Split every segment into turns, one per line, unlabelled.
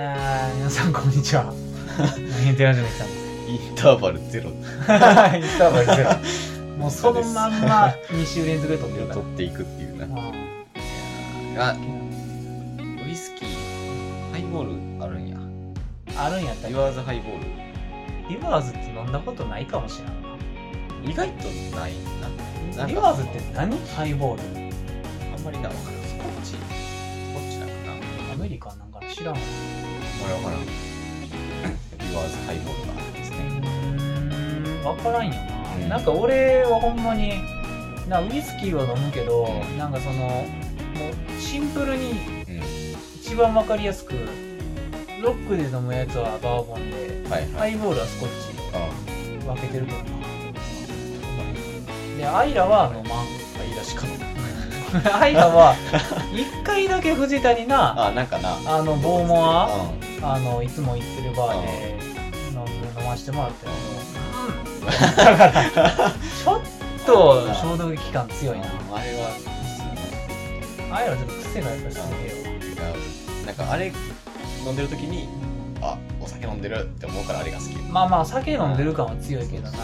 皆さんこんにち はヘンテラジオに来たんです
インターバルゼロ
インターバルゼロもうそのまんま2週連続で撮ってる
で
から
取っていくっていうな
あ
あ
ー
ウイスキーハイボールあるんや
あるんやった
リ
ら
ワーズハイボー
リバーズって飲んだことないかもしれない
ル意外とないななんか
リバーズって何ハイボール
あんまりな分からんスコッチスコッチなんかな
アメリカンなんか知らんわ
俺分からんリワーズハイボールがあるんですね
分からんよな、
うん
なんか俺はほんまになウイスキーは飲むけど、
うん
なんかそのもうシンプルに
う
一番分かりやすくロックで飲むやつはバーボンで
んはいは
ハ
い
イボールはスコッチ
あ
分けてるからなでアイラは飲まん
あいいらしかった
アイラは1回だけ藤田にな
あなんかな
あのボーモア
うん
あのいつも行ってるバーで飲んで飲ましてもらったけど、うん、ちょっと消毒期間強いな
あれはそ
ああいうのちょっと癖がやっぱすげえよ
う違うなんかあれ飲んでる時にあお酒飲んでるって思うからあれが好き
まあまあ酒飲んでる感は強いけどな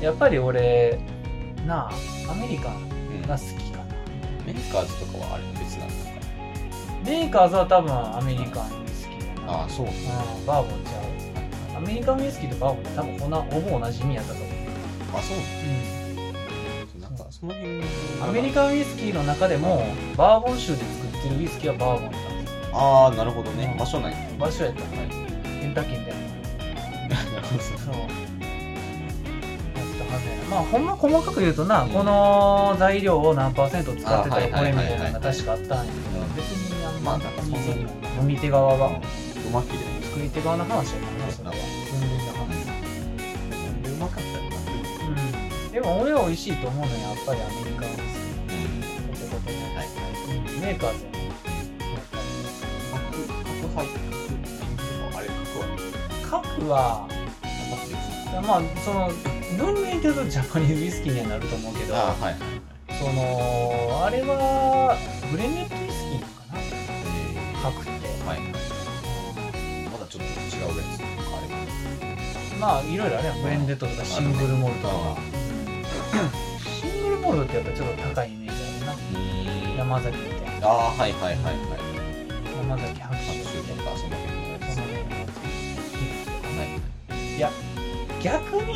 やっぱり俺なあアメリカン
うん
が好きかな
メーカーズとかはあれ別なのか
メーカーズは多分アメリカンに好きだな
あそう
うんバーボンちゃうアメリカンウイスキーとバーボンって多分ほなほぼ同じ意味やったと思う、
あそうなんかその辺
アメリカンウイスキーの中でもバーボン州で作ってるウイスキーはバーボンだったんですよ
ああなるほどね
うん
場所ない
場所やったのねケンタッキーみたいな
なるほど
そうやったはずやなまあほんま細かく言うとな、
うん
この材料を何パーセント使ってたら
あ
こ
は
れ
い
み
はい
た
は
な
いいはい
のが確かあったんやけど
うん
別にあん
ま
ま
あなんかそんなに
飲み手側は
うまきで
作り手側の話やからなそれ
な
は
んか
全然な話
なんでうまかったのかな
うんでも俺は美味しいと思うのはやっぱりアメリカンですってことにな
は
る
いはい
うんメーカーズやな
角角入ってるあれ角は
核は
なかったです
いやまあその文明で言うとジャパニーズウイスキーにはなると思うけど
ああはいはい
そのあれはブレネットウイスキーなのかな核って
はいまだちょっと違うやつとかあれば
まあいろいろあれやんブレンデッドとかシングルモルトとか
あ
シングルモルトってやっぱちょっと高いイメージあるな山崎みたいな
ああはいはいはいはい
山崎白
拍
州みた
手
い
とか
な
その辺のやつ
そ
は
の辺のや
い
つ逆に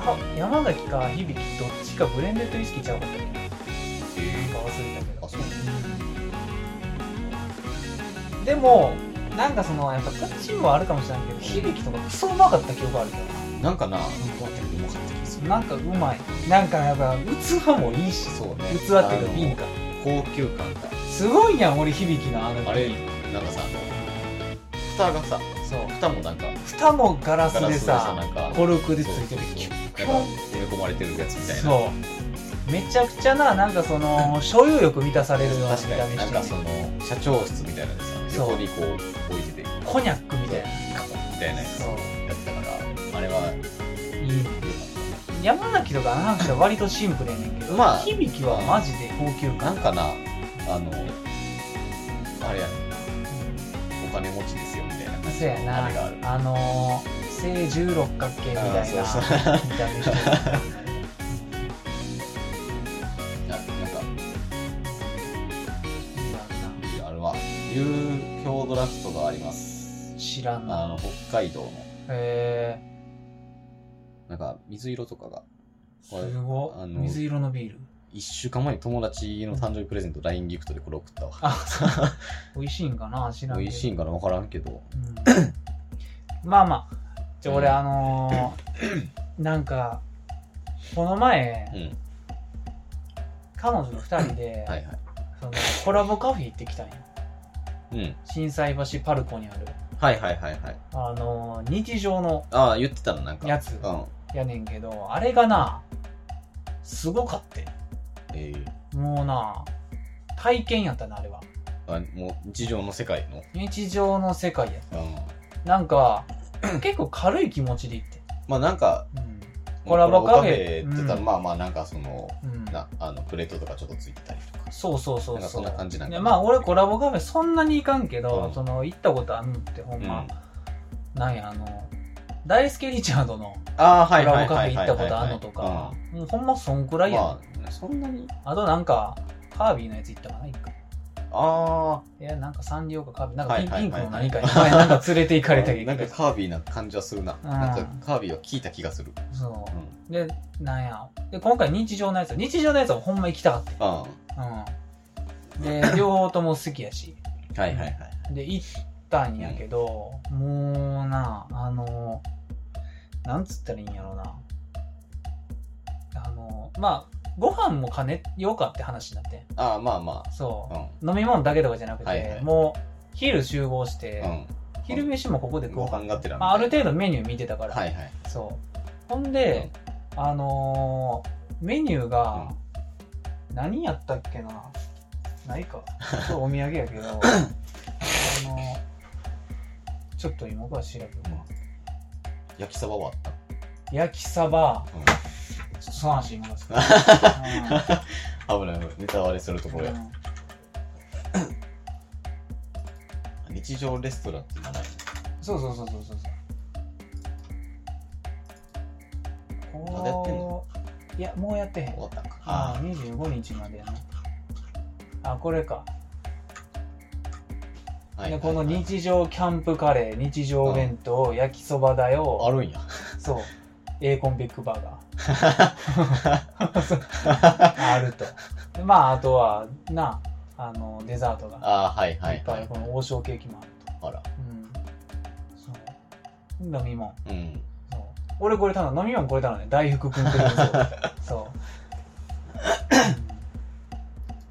は山崎か響どっちかブレンデッドウイスキーちゃうかったっけなんか
え
忘れたけど
あそう
でもなんかそのやっぱこっちもあるかもしれないけど響とかクソうまかった記憶あるけどな
なんかな重かった気がする
なんかうまいなんかやっぱ器もいいし
そうね
器っていうか瓶か
高級感が
すごいやん俺響きのあの瓶
あれなんかさ蓋がさ
そう
蓋もなんか
蓋もガラス
ガラ
で
スでさな
さ
んか
コ
ル
ルクでついてるキュッ
なんか埋め込まれてるやつみたいな
そうめちゃくちゃななんかその所有欲満たされるような見
確か
た
に
目
な
し
ん
て
か
る
その社長室みたいなのでさ
そう
横にこう置いてて
コニャックみたいな
カポッみたいなやつ
そ
や
う
ってたからあれはい
いね山崎とかあの話は割とシンプルやねんけど、
まあ
響きはマジで高級
な
感
んかなあのあれやお金持ちですよみたいな感じ
そう
の
やな
あれがある
あのー、正十六角形みたいな
あ
見
ーそう
た目
そう
してる
ななんかあれは流氷ドラフトがあります
知らん
あ
な
の北海道の
へ
なんか水色とかが
え
これ
すご
あ
い
の
水色のビール
1週間前に友達の誕生日プレゼント LINE ギフトでこれ送ったわ
あそう 美味しいんかな知らんけど
美味しいんかな分からんけど
うんまあまあじゃあ俺
うん
あの ー、なんかこの前
うん
彼女と二人で、
はいはい
そのコラボカフェ行ってきたんよ
うん
心斎橋パルコにある
はいはいはいはい
あのー日常の
ああ言ってたのなんか
やつ
うん
やねんけどあれがなすごかって
えー
もうな体験やったなあれは
あもう日常の世界の
日常の世界や
うん
なんか結構軽い気持ちで行って
まあなんか
うん
同
コラボカフェ
って言ったら、
うん
まあまあなんかその、
うん、
なあのプレートとかちょっとついてたりとか。
そうそうそう
なんかそんな感じなん
い
か
や
な
まあ俺コラボカフェそんなに行かんけど、
うん
その行ったことあんのってほんま、
うん
なんやあの大輔リチャードの
ああ、
コ
はいは
ラ
い
ボカ
は
フェ
い
行
は
っ
いはい。
たことあんのとか、もうほんまそんくら
うん
いやん、
まあ、そんなに。
あ、となんかカービィのやつ行ったかな一回
あ
いやなんかサンリオかカービィなんかピン,、
はいはい
ピン
は
クの何
い
かにお前なんか連れて行かれた
あ、
り
なんかカービィな感じはするな。
うん
なんかカービィは聞いた気がする。
そ
うん。
うでなんやで今回日常のやつ日常のやつはほんま行きたかっ
あ
たうんで 両方とも好きやし
あ、はいはいはい。
で行ったんやけど、もうなあのなんつったらいいんやろなあのまあご飯も金ようかって話になって
ああ、まあま
そう、
あ。
飲み物だけとかじゃなくて、
はいはい
もう昼集合し
う
て、
ん。
昼飯もここ
う
で
ん。
食お
ご
うか
飯がてらみたいな。
まあ、ある程度メニュー見てたから、
はいはい。
そうほんで、あのーメニューが、何やったっけなないかちょっとお土産やけどあのーちょっと今から調べようか
焼きそばはあっ
焼きサバ
た。うん。
ちょっとその話今からする
危ない危ない。ネタ割れするところ
う
や。
ん
日常レストランって名前。
そうそうそうそうそうそう
まだやってんの
こういやもうやってへん
終わったんか。
ああ
あ
25日までやなあこれか
あ。
でこの日常キャンプカレー日常弁当焼きそばだ
あ
よ
るんや。
そうエーコンビッグバーガ ーあるとでまああとはなあのデザートが
ああ、はいはいい
っ
は
ぱい
い
こ。の王将ケーキもある
あら。
とうんそう飲み物
うん。
そう俺これ頼んだ飲み物これ頼んだね大福くんくん そうそううん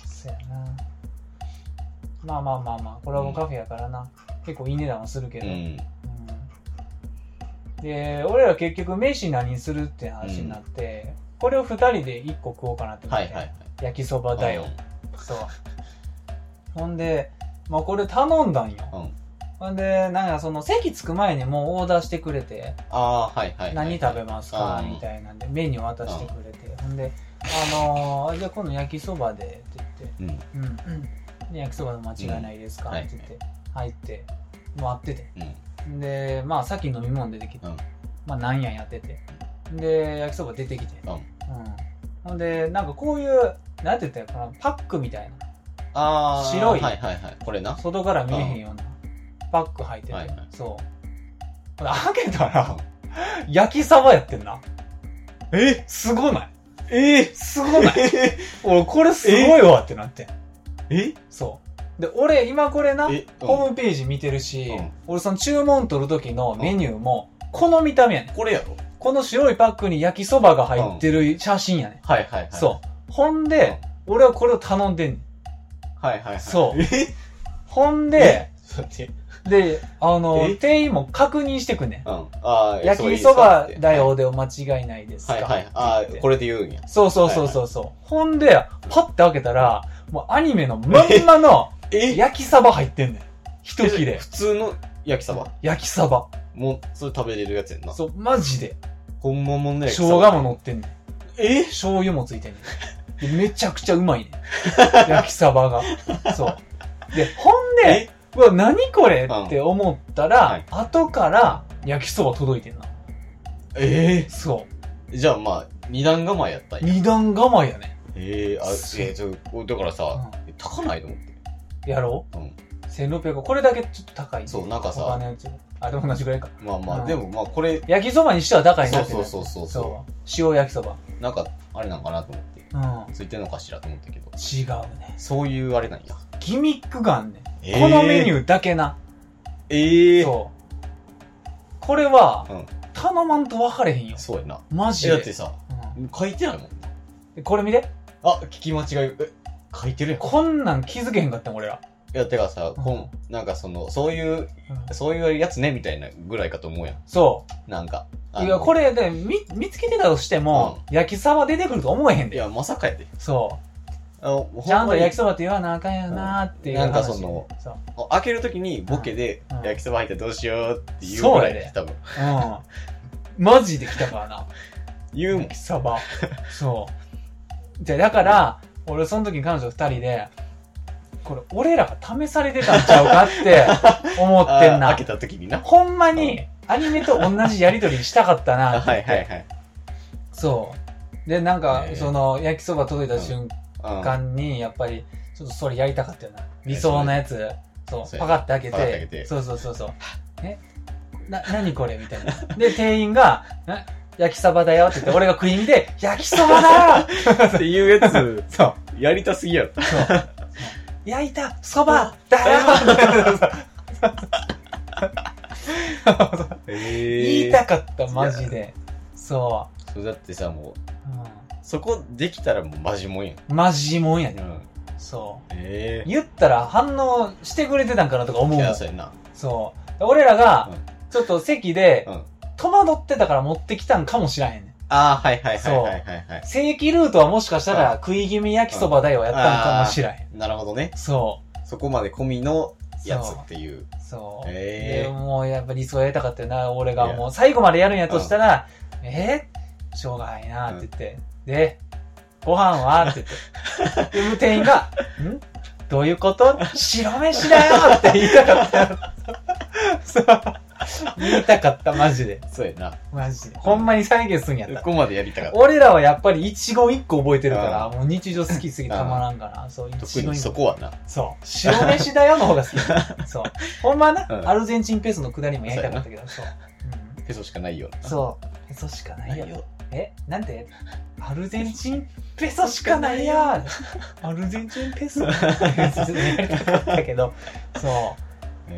そやなまあまあまあまあコラボカフェやからな、結構いい値段はするけ
う
ど、
ん。
うんで俺ら結局飯何するって話になって、これを2人で1個食おうかなって思っ
は
て、
いはいはい。
焼きそばだよ、そうほんで、まあ、これ頼んだんよ、
うん
ほんでなんかその席着く前にもうオーダーしてくれて
ああー、はいはいはい。
何食べますか
うん
みたいなんでメニュー渡してくれてほんで「あのーじゃあ今度焼きそばで」って
うん。
言って「うんで焼きそばの間違いないですか?」
うん
って言って入って待ってて
うん。
でまあさっき飲み物出てきて
うん
まあなんやんやっててで焼きそば出てきて
うん
うんほんでなんかこういうなんて言ったらいいかなパックみたい
ああ。
白い
はいはいはい。これ な
な。外から見えへんようなパック入ってて
はいはい
そうほんで開けたら焼きそばやってんな
え
すごない
ええ
すごない
え
俺これすごいわってなってん
え
そうで俺今これな
え
ホームページ見てるし、
うん
俺その注文取る時のメニューもこの見た目やねん
これやろ
この白いパックに焼きそばが入ってる写真やねん、
はいはいはい。
そうほんで、俺はこれを頼んでんねん
うん。はいはいはい。
そう
え
ほんで、
そうやって。
であの
え
店員も確認してくんねん
うん。ああ、
焼きそばだ
は
よでお間違いないですか、
いはいはい。あ
っ
あ
て言って、
これで言うんや。
そうそうそうそうそう、ほんでパッて開けたらもうアニメのまんまの
え
焼きサバ入ってんねん。一切れ
普。通の焼きそば。
焼きサバ。
もう、それ食べれるやつやんな。
そう、マジで。
ほんまもん
生
の焼きそ
姜
ば。
も乗ってんねん。
え
醤油もついてんねんで。めちゃくちゃうまいね ん。焼きサバが。そう。で、ほんで、
え
うわ、何これって思った
は
ら
い、
後から焼きそば届いてんな。
え
そ
えじゃあまあ、二段構えやった
う。
んや。
二段構えやね
ええあ、
そう
ええちょ、こだからさ、高ないと思って。
ん。やろう
うん
?1600 これだけちょっと高い。
そうなんかさ
他のやつよりあ、でも同じぐらいか。
まあま
うん
あ、でもまあ、これ、
焼きそばにしては高いな
そう
ってな
そう
る。
そうそうそ
そう。塩焼きそば。
う。なんか、あれなんかなと思って。
うん。
ついてんのかしらと思ったけど。
違うね。
そういうあれなんや。
ギミックがあんねん。
えー
このメニューだけな。
ええ
そう。これは、
うん
頼まんと分かれへんよ。
そうやな。
マジ
え、
で。
だってさ、書いてないもん。
うんこれ見て。
あ、聞き間違い、え、書いてるやん。い
こんなん気づけへんかったん、俺ら。
や、てかさ、こん
う、
なんかその、そういう、そういうやつね、みたいなぐらいかと思うやん。
そ
なんか。あ
う。
の
いや、こ。れで、見、見つけてたとしても、焼きそば出てくると思えへん
い
で。
や、まさかやで。
そ
あのほ
う。ちゃんと焼き
き
そばって言わなあかんよなーっていう話。
うんなんかその
そう。
開けるときにボケで
うんうん
焼きそば入ったらどうしようっていうぐら
そ
い
うや
で
で
多分。
うん。マジで来たからな。
言うもん
焼きそ ばそうじゃあだから俺その時に彼女2人でこれ俺らが試されてたんちゃうか って思
あ
ってん
ー
な
開けた時にな
ほんまにアニメと同じやり取りしたかったな
あ
って言
は
っ
い
て
はいはい
そうでなんか、
ねえ
その焼きそば届いた瞬
うん
間にやっぱりちょっとそれやりたかったよな理想のやつそう
そうや
パカって開け
パカって開け
て
て
そうそうそうそうえな何これみたいなで店員がえ「焼きそばだよ」って言って俺が食い身で「焼きそばだ!
っていうや つ」
そう
やりたすぎやろ
そう焼いたそばだよ言いたかったマジでそ
そうだってさ
う
もう、そこできたらもうマジもんやん
うん、マジもんや
う
ね
ん
そう
ええ
言ったら反応してくれてたんかなとか思う
い
も
や
ん
そうやな
そう。俺らが
うん、
ちょっと席で
うん、
戸惑ってたから持ってきたんかもしらへんねん。
ああはいはいはいはいはいはい
正規ルートはもしかしたら、
うん
食い気味焼きそばだよやったんかもしらへん。
なるほどね
そ
そこまで込みの
う。
やつっていう
そう。そう。
へえ
でもうやっぱ理想やりたかったよな、俺が
いや
もう最後までやるんやとしたら、えーしょうがないなって言って、で、ご飯はって言って。 で、店員が、んどういうこと白飯だよって言いたかった。そう。言いたかった、マジで。
そうやな
マジで。ほんまに再現すんやっ
そ
た。
こまでやりたかった
俺らはやっぱり一語一個覚えてるから、
う
もう日常好きすぎてたまらんから、そう、一
特
語
に
一
そ
個。
こはな
そう。白飯だよの方が好 き。そう。ほんまはな、
うん
アルゼンチンペースの下りもやりたかったけど、そう。うん
ペソしかないよ
そう。ペソしかないよ。
よ
えなんてアルゼンチンペソしかない やアルゼンチンペソやりたかったけど、そ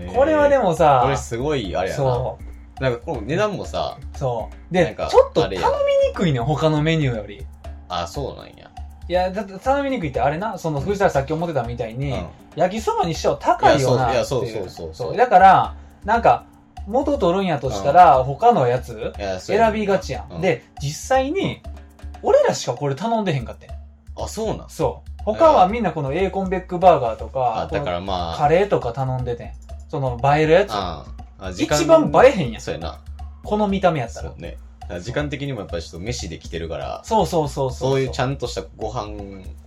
う。これはで
も
もさ
こ、れすごいあれやな
そう。
なんかこの値段もさ
そう。
な
で
んか、
ちょっと
あれ
頼み
や
にくいねん、他のメニューより。
あそうなんや
いや、だって頼みにくいってあれな、その藤田さんさっき思ってたみたいに、
うん
焼きそばにしちゃ高いよなっていう。
いやそういやそうそうそうそう
だから、なんか、元取るんやとしたら、他のやつ
いやそうや
選びがちやん。
うん
で、実際に、俺らしかこれ頼んでへんかってん。
あそうなん
そう。他はみんなこのエーコンベックバーガーとか、
あだから
こ
ま
の
あ
カレーとか頼んでてん。その映えるやつ。
あーあ時間
一番映えへんやん。
そうやな
この見た目やった
そ
ら
う。ねだから時間的にもやっぱりちょっと飯で来てるから
そうそうそうそう。
そういうちゃんとしたご飯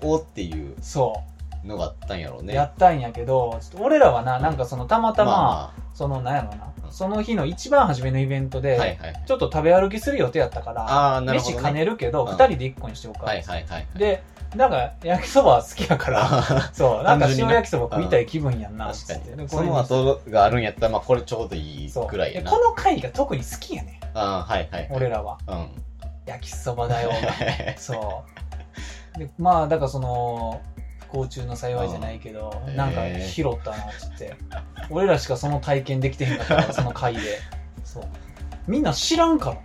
をっていう
そ
のがあったんやろう
う、
ね
やったんやけど、ちょっと俺らはな、
うん
なんかそのたまたま、
ま
そのなんやろな、
うん
その日の一番初めのイベント
あ
で、
まあはいはい
ちょっと食べ歩きする予定やったから、
ああなるほ
飯
ど
兼
ね
ねるけど、
うん
二人で一個にしようか。
はいはいはいはい
で、なんか焼きそば好きやから、
あ
そう、なんか
単純に
塩
な
焼きそば食いたい気分やんな、
確か
つって
に
で
その
これに
後があるんやったらまあこれちょうどいい
そう
ぐらいやな
この回が特に好きやね
ああはいはい
俺らは。
うん
焼きそばだよ。そう。で、まあ、だからその、不幸中の幸いじゃないけど、
うん
なんか
へえ
拾ったな、つって。俺らしかその体験できてへんかったから、その回で。そう。みんな知らんから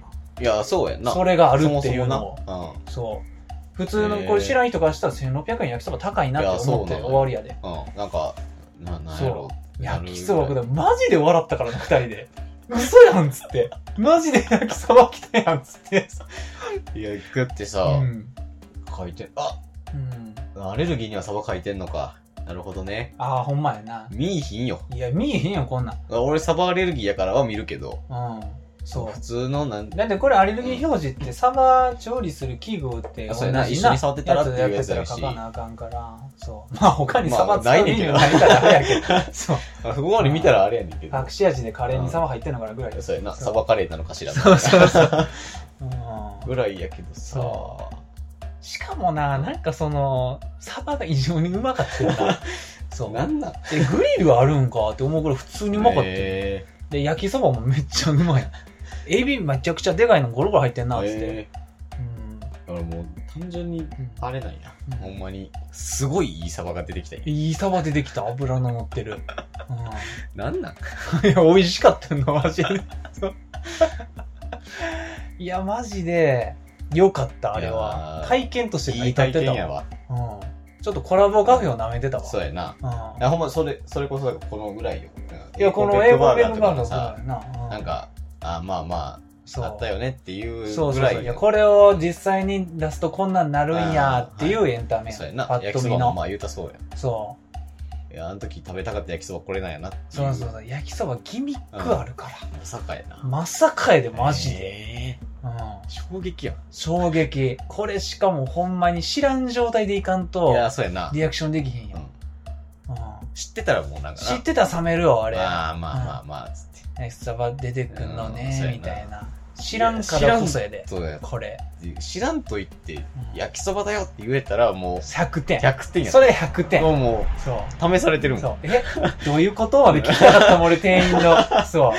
いやそうやん
な。
な
それがある
そも
って
そ
いう
もな
のを。
う
そう。普通の、
へえ
これ知らん人からしたら1600円焼きそば高いなって思っ
い
て
やそうなの
終わりやで。
んうんなんかななんやろ
焼きそば食
だ
うたマジで笑ったからな、二人で。嘘やんっつって。マジで焼きそば来たやんっつって。
いや食って
う
さ
ん。
書いてあ
うん。
アレルギーにはサバ書いてんのかなるほどね
ああ、ほんまやな。
見いひんよ
いや、見えへんよ、こんなん。
俺サバアレルギーやからは見るけど
うん。そ
普通のなん
う。だってこれアレルギー表示ってサバ調理する器具って
あ
同じ
そうや
な
な一緒に触ってたらっていうやつ
や
や
つ
し
書かなあかんから。そう。まあ他にサバ
まあ
使うメニューないからあれやけど。そう。
あ不合理見たらあれやねんけど
隠し味でカレーにサバ入ってんのかなぐらいです。
そうやな
そう
サバカレーなのかしら
そうそうそううん。
ぐらいやけどさ
そしかもな、なんかその、サバが異常にうまかったよ な。そう。
な
で、
んなん
グリルあるんかって思うぐらい普通にうまかったよ。
へ
で、焼きそばもめっちゃうまい。エビめちゃくちゃでかいのゴロゴロ入ってん
ー
な、つって。
へ
うん。
ーだからもう単純に
うん
あれなんや
うん
ほんまにすごいいいサバが出てきたんや
いいサバ出てきた、脂の乗ってる。
なんなん
うん、いや、 美味しかったの、マジ で。そういや、マジで、よかった、あれ
い
は
や。ー
体験として成り
いい
立っ
体
てた
験
わ
やわ
うん。ちょっとコラボカフェを舐めてたわ。
そうやな
うん
あほんまそれそれこそだからこのぐらいよ
いや、この英
英語
語
バー
ベ
ガー
ル
と
バー
か
ガ
も
ーだ
さ
な。う
なん、かあまあま
そ
あ
う。
あったよねっていう
そう
ぐ
そう
ら
そう。
い
い
や
や、これを実際に出すとこんなんなるんやっていうエンタメ。
そうやな
パッ
焼き
と
そ
見
ばも
の。
まあ言うたらそうや
そ
いやあの時食べたかった焼きそばこれなんやなってい
そうそうそう焼きそばギミックあるから、
まさかやな、
まさかやでマジで、
で、
うん
衝撃やん
衝撃これしかもほんまに知らん状態でいかんと
いやそうやな、
リアクションできへんや、
うんん
うん
知ってたらもうなんかな
知ってたら冷めるよあれ
まあまあまあまあつって
焼きそば出てくんの
うんそうや
ね
な
みたいな知らんからこそやで
そうだよ
これ、
知らんと言って
うん
焼きそばだよって言えたらも
100
う
点
100点や
それ100点
もうも
そう
う試されてるもん
そうえ どういうことまで聞きたかったもん俺店員のそう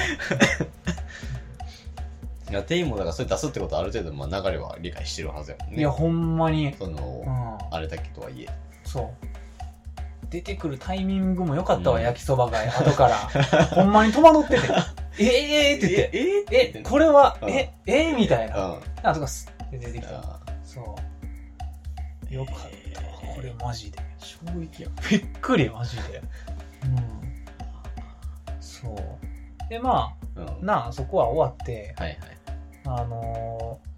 いや店員もだからそれ出すってことはある程度まあ流れは理解してるはずやもんね
いやほんまに、
その、
うん、
あれだけとはいえ
そう出てくるタイミングも良かったわ、
うん
焼きそばが後から ほんまに戸惑ってて 「ええー!」って言って
え
「
え
えこれは、
うん
ええーみたいな、
うん
なんとかすって出てきた
あ
そうよかったわこれマジで
ー衝撃やん
びっくりマジでうんそうでま
うん
あなあそこは終わって
はい
あのー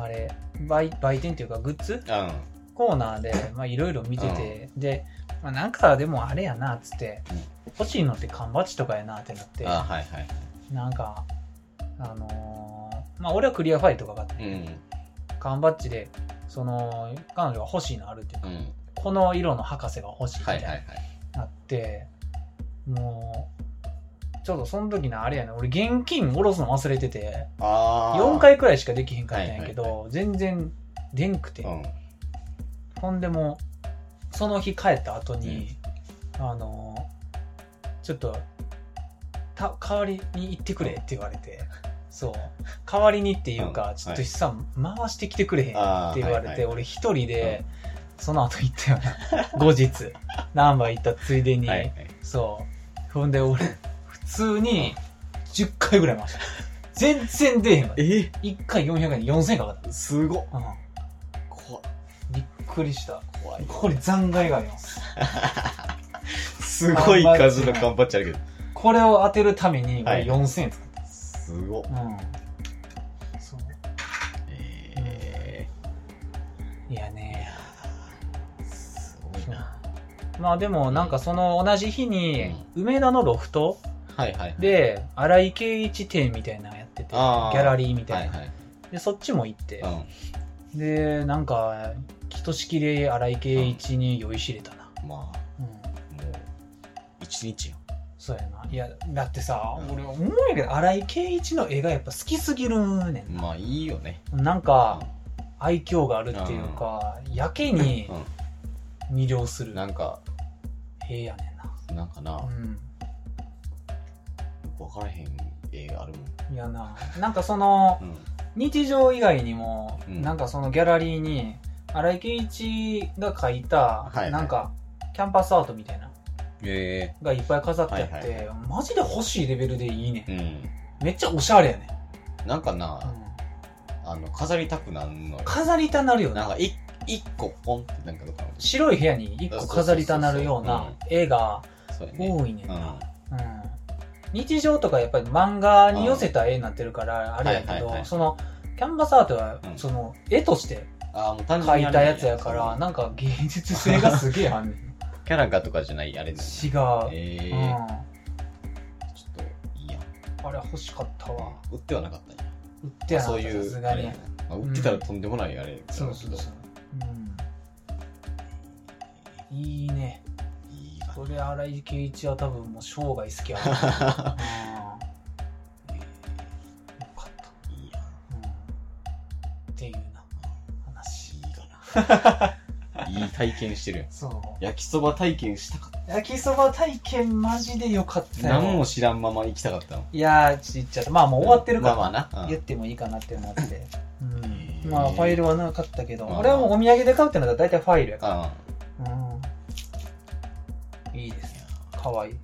あれ売売店っていうかグッズ
はい
コーナー でまあいろいろ見てて、で、まあ、なんかでもあれやなっつって、
うん
欲しいのって缶バッジとかやなってなっ
う
て
んあーはいはい
なんかあのーまあ俺はクリアファイルとかがあって、
うん
缶バッジでその彼女が欲しいのあるっていうか、
うん
この色の博士が欲しいみ
は
た
い
い
はいはい
なあって、もうちょっとその時のあれやね俺現金下ろすの忘れてて
あー
4回くらいしかできへんかったんやけど、全然でんくて。
うん
ほんでもうその日帰った後に、あのちょっとた代わりに行ってくれって言われて、そう代わりにっていうか、
うん
ちょっとさん、回してきてくれへんって
あー
言われて、
はいはい
俺一人で、その後行ったよな 後日ナンバー行ったついでに、
はいはい
そうほんで俺普通に10回ぐらい回した全然出えへんわ
え
1回400円で4000円かかっ、
すごった
うん、
怖い
びっくりした
怖い
これ残骸があります
すごい数の頑張っちゃうけど
これを当てるために
は
俺
い
4000円使っ、
すごった
うんそう
え
いやね
ーすごいな
まあでもなんかその同じ日に梅田のロフト
はいはいはい
で荒井圭一展みたいなのやっててギ
あー
ャラリーみた
はいい
な、
はい
でそっちも行って
う、ん
でなんかひとしきり荒井圭一に酔いしれたな、
まあ
うん、
もう一日よ
そうやないやだってさ
うん
俺思うんやけど荒井圭一の絵がやっぱ好きすぎるねんな
まあいいよね
なんか愛嬌があるっていうかやけに魅了する
なんか
ええやねんな
なんかな、
う
分からへん映画あるもん
んいやななんかその
うん
日常以外にも、
うん
なんかそのギャラリーに荒井圭一が描いた、
はいはい
なんかキャンパスアートみたいなの
え
がいっぱい飾ってあって、
はいはい
マジで欲しいレベルでいいね、
え
ん、めっちゃおしゃれやね、
うんなんかな、
ん、
あの飾りたくなんのよ
飾りたなるよ
なん
な
かい一個ポンってなんかどっかの
白い部屋に一個飾りたなるような絵が
そうやね
多いねん
うん
な、うん日常とかやっぱり漫画に寄せた絵になってるからあれやけど、
はいはいはい
そのキャンバスアートは
うん
その絵として
ああもう単純
書い
にあれ
た
ん
やつやからなんか芸術性がすげえあ んねん
そのキャラがとかじゃないあれだよ
違う、
ねええ
うん、
ちょっといいやん
あれ欲しかったわ
売ってはなかったんや
売ってやな
そういう
さすがに、
あれまあ、売ってたらとんでもないあれ、
そうそうそううんいいね
いいわ
これ荒井圭一は多分もう生涯好 きやわ、うんよかった、
いいやん
うん、っていうな話
いいかないい体験してるやん
そう
焼きそば体験したかっ
焼きそば体験マジでよかった
た
よ
何も知らんまま行きたかったの
いやーちっちゃったまあもう終わってるから、
まあまあな、うん
言ってもいいかなって思って、
ん
まあファイルはなかったけど、
まあ
俺はもうお土産で買うってなったら大体ファイルやか
あ
ら、うん、いいですねかわいい、う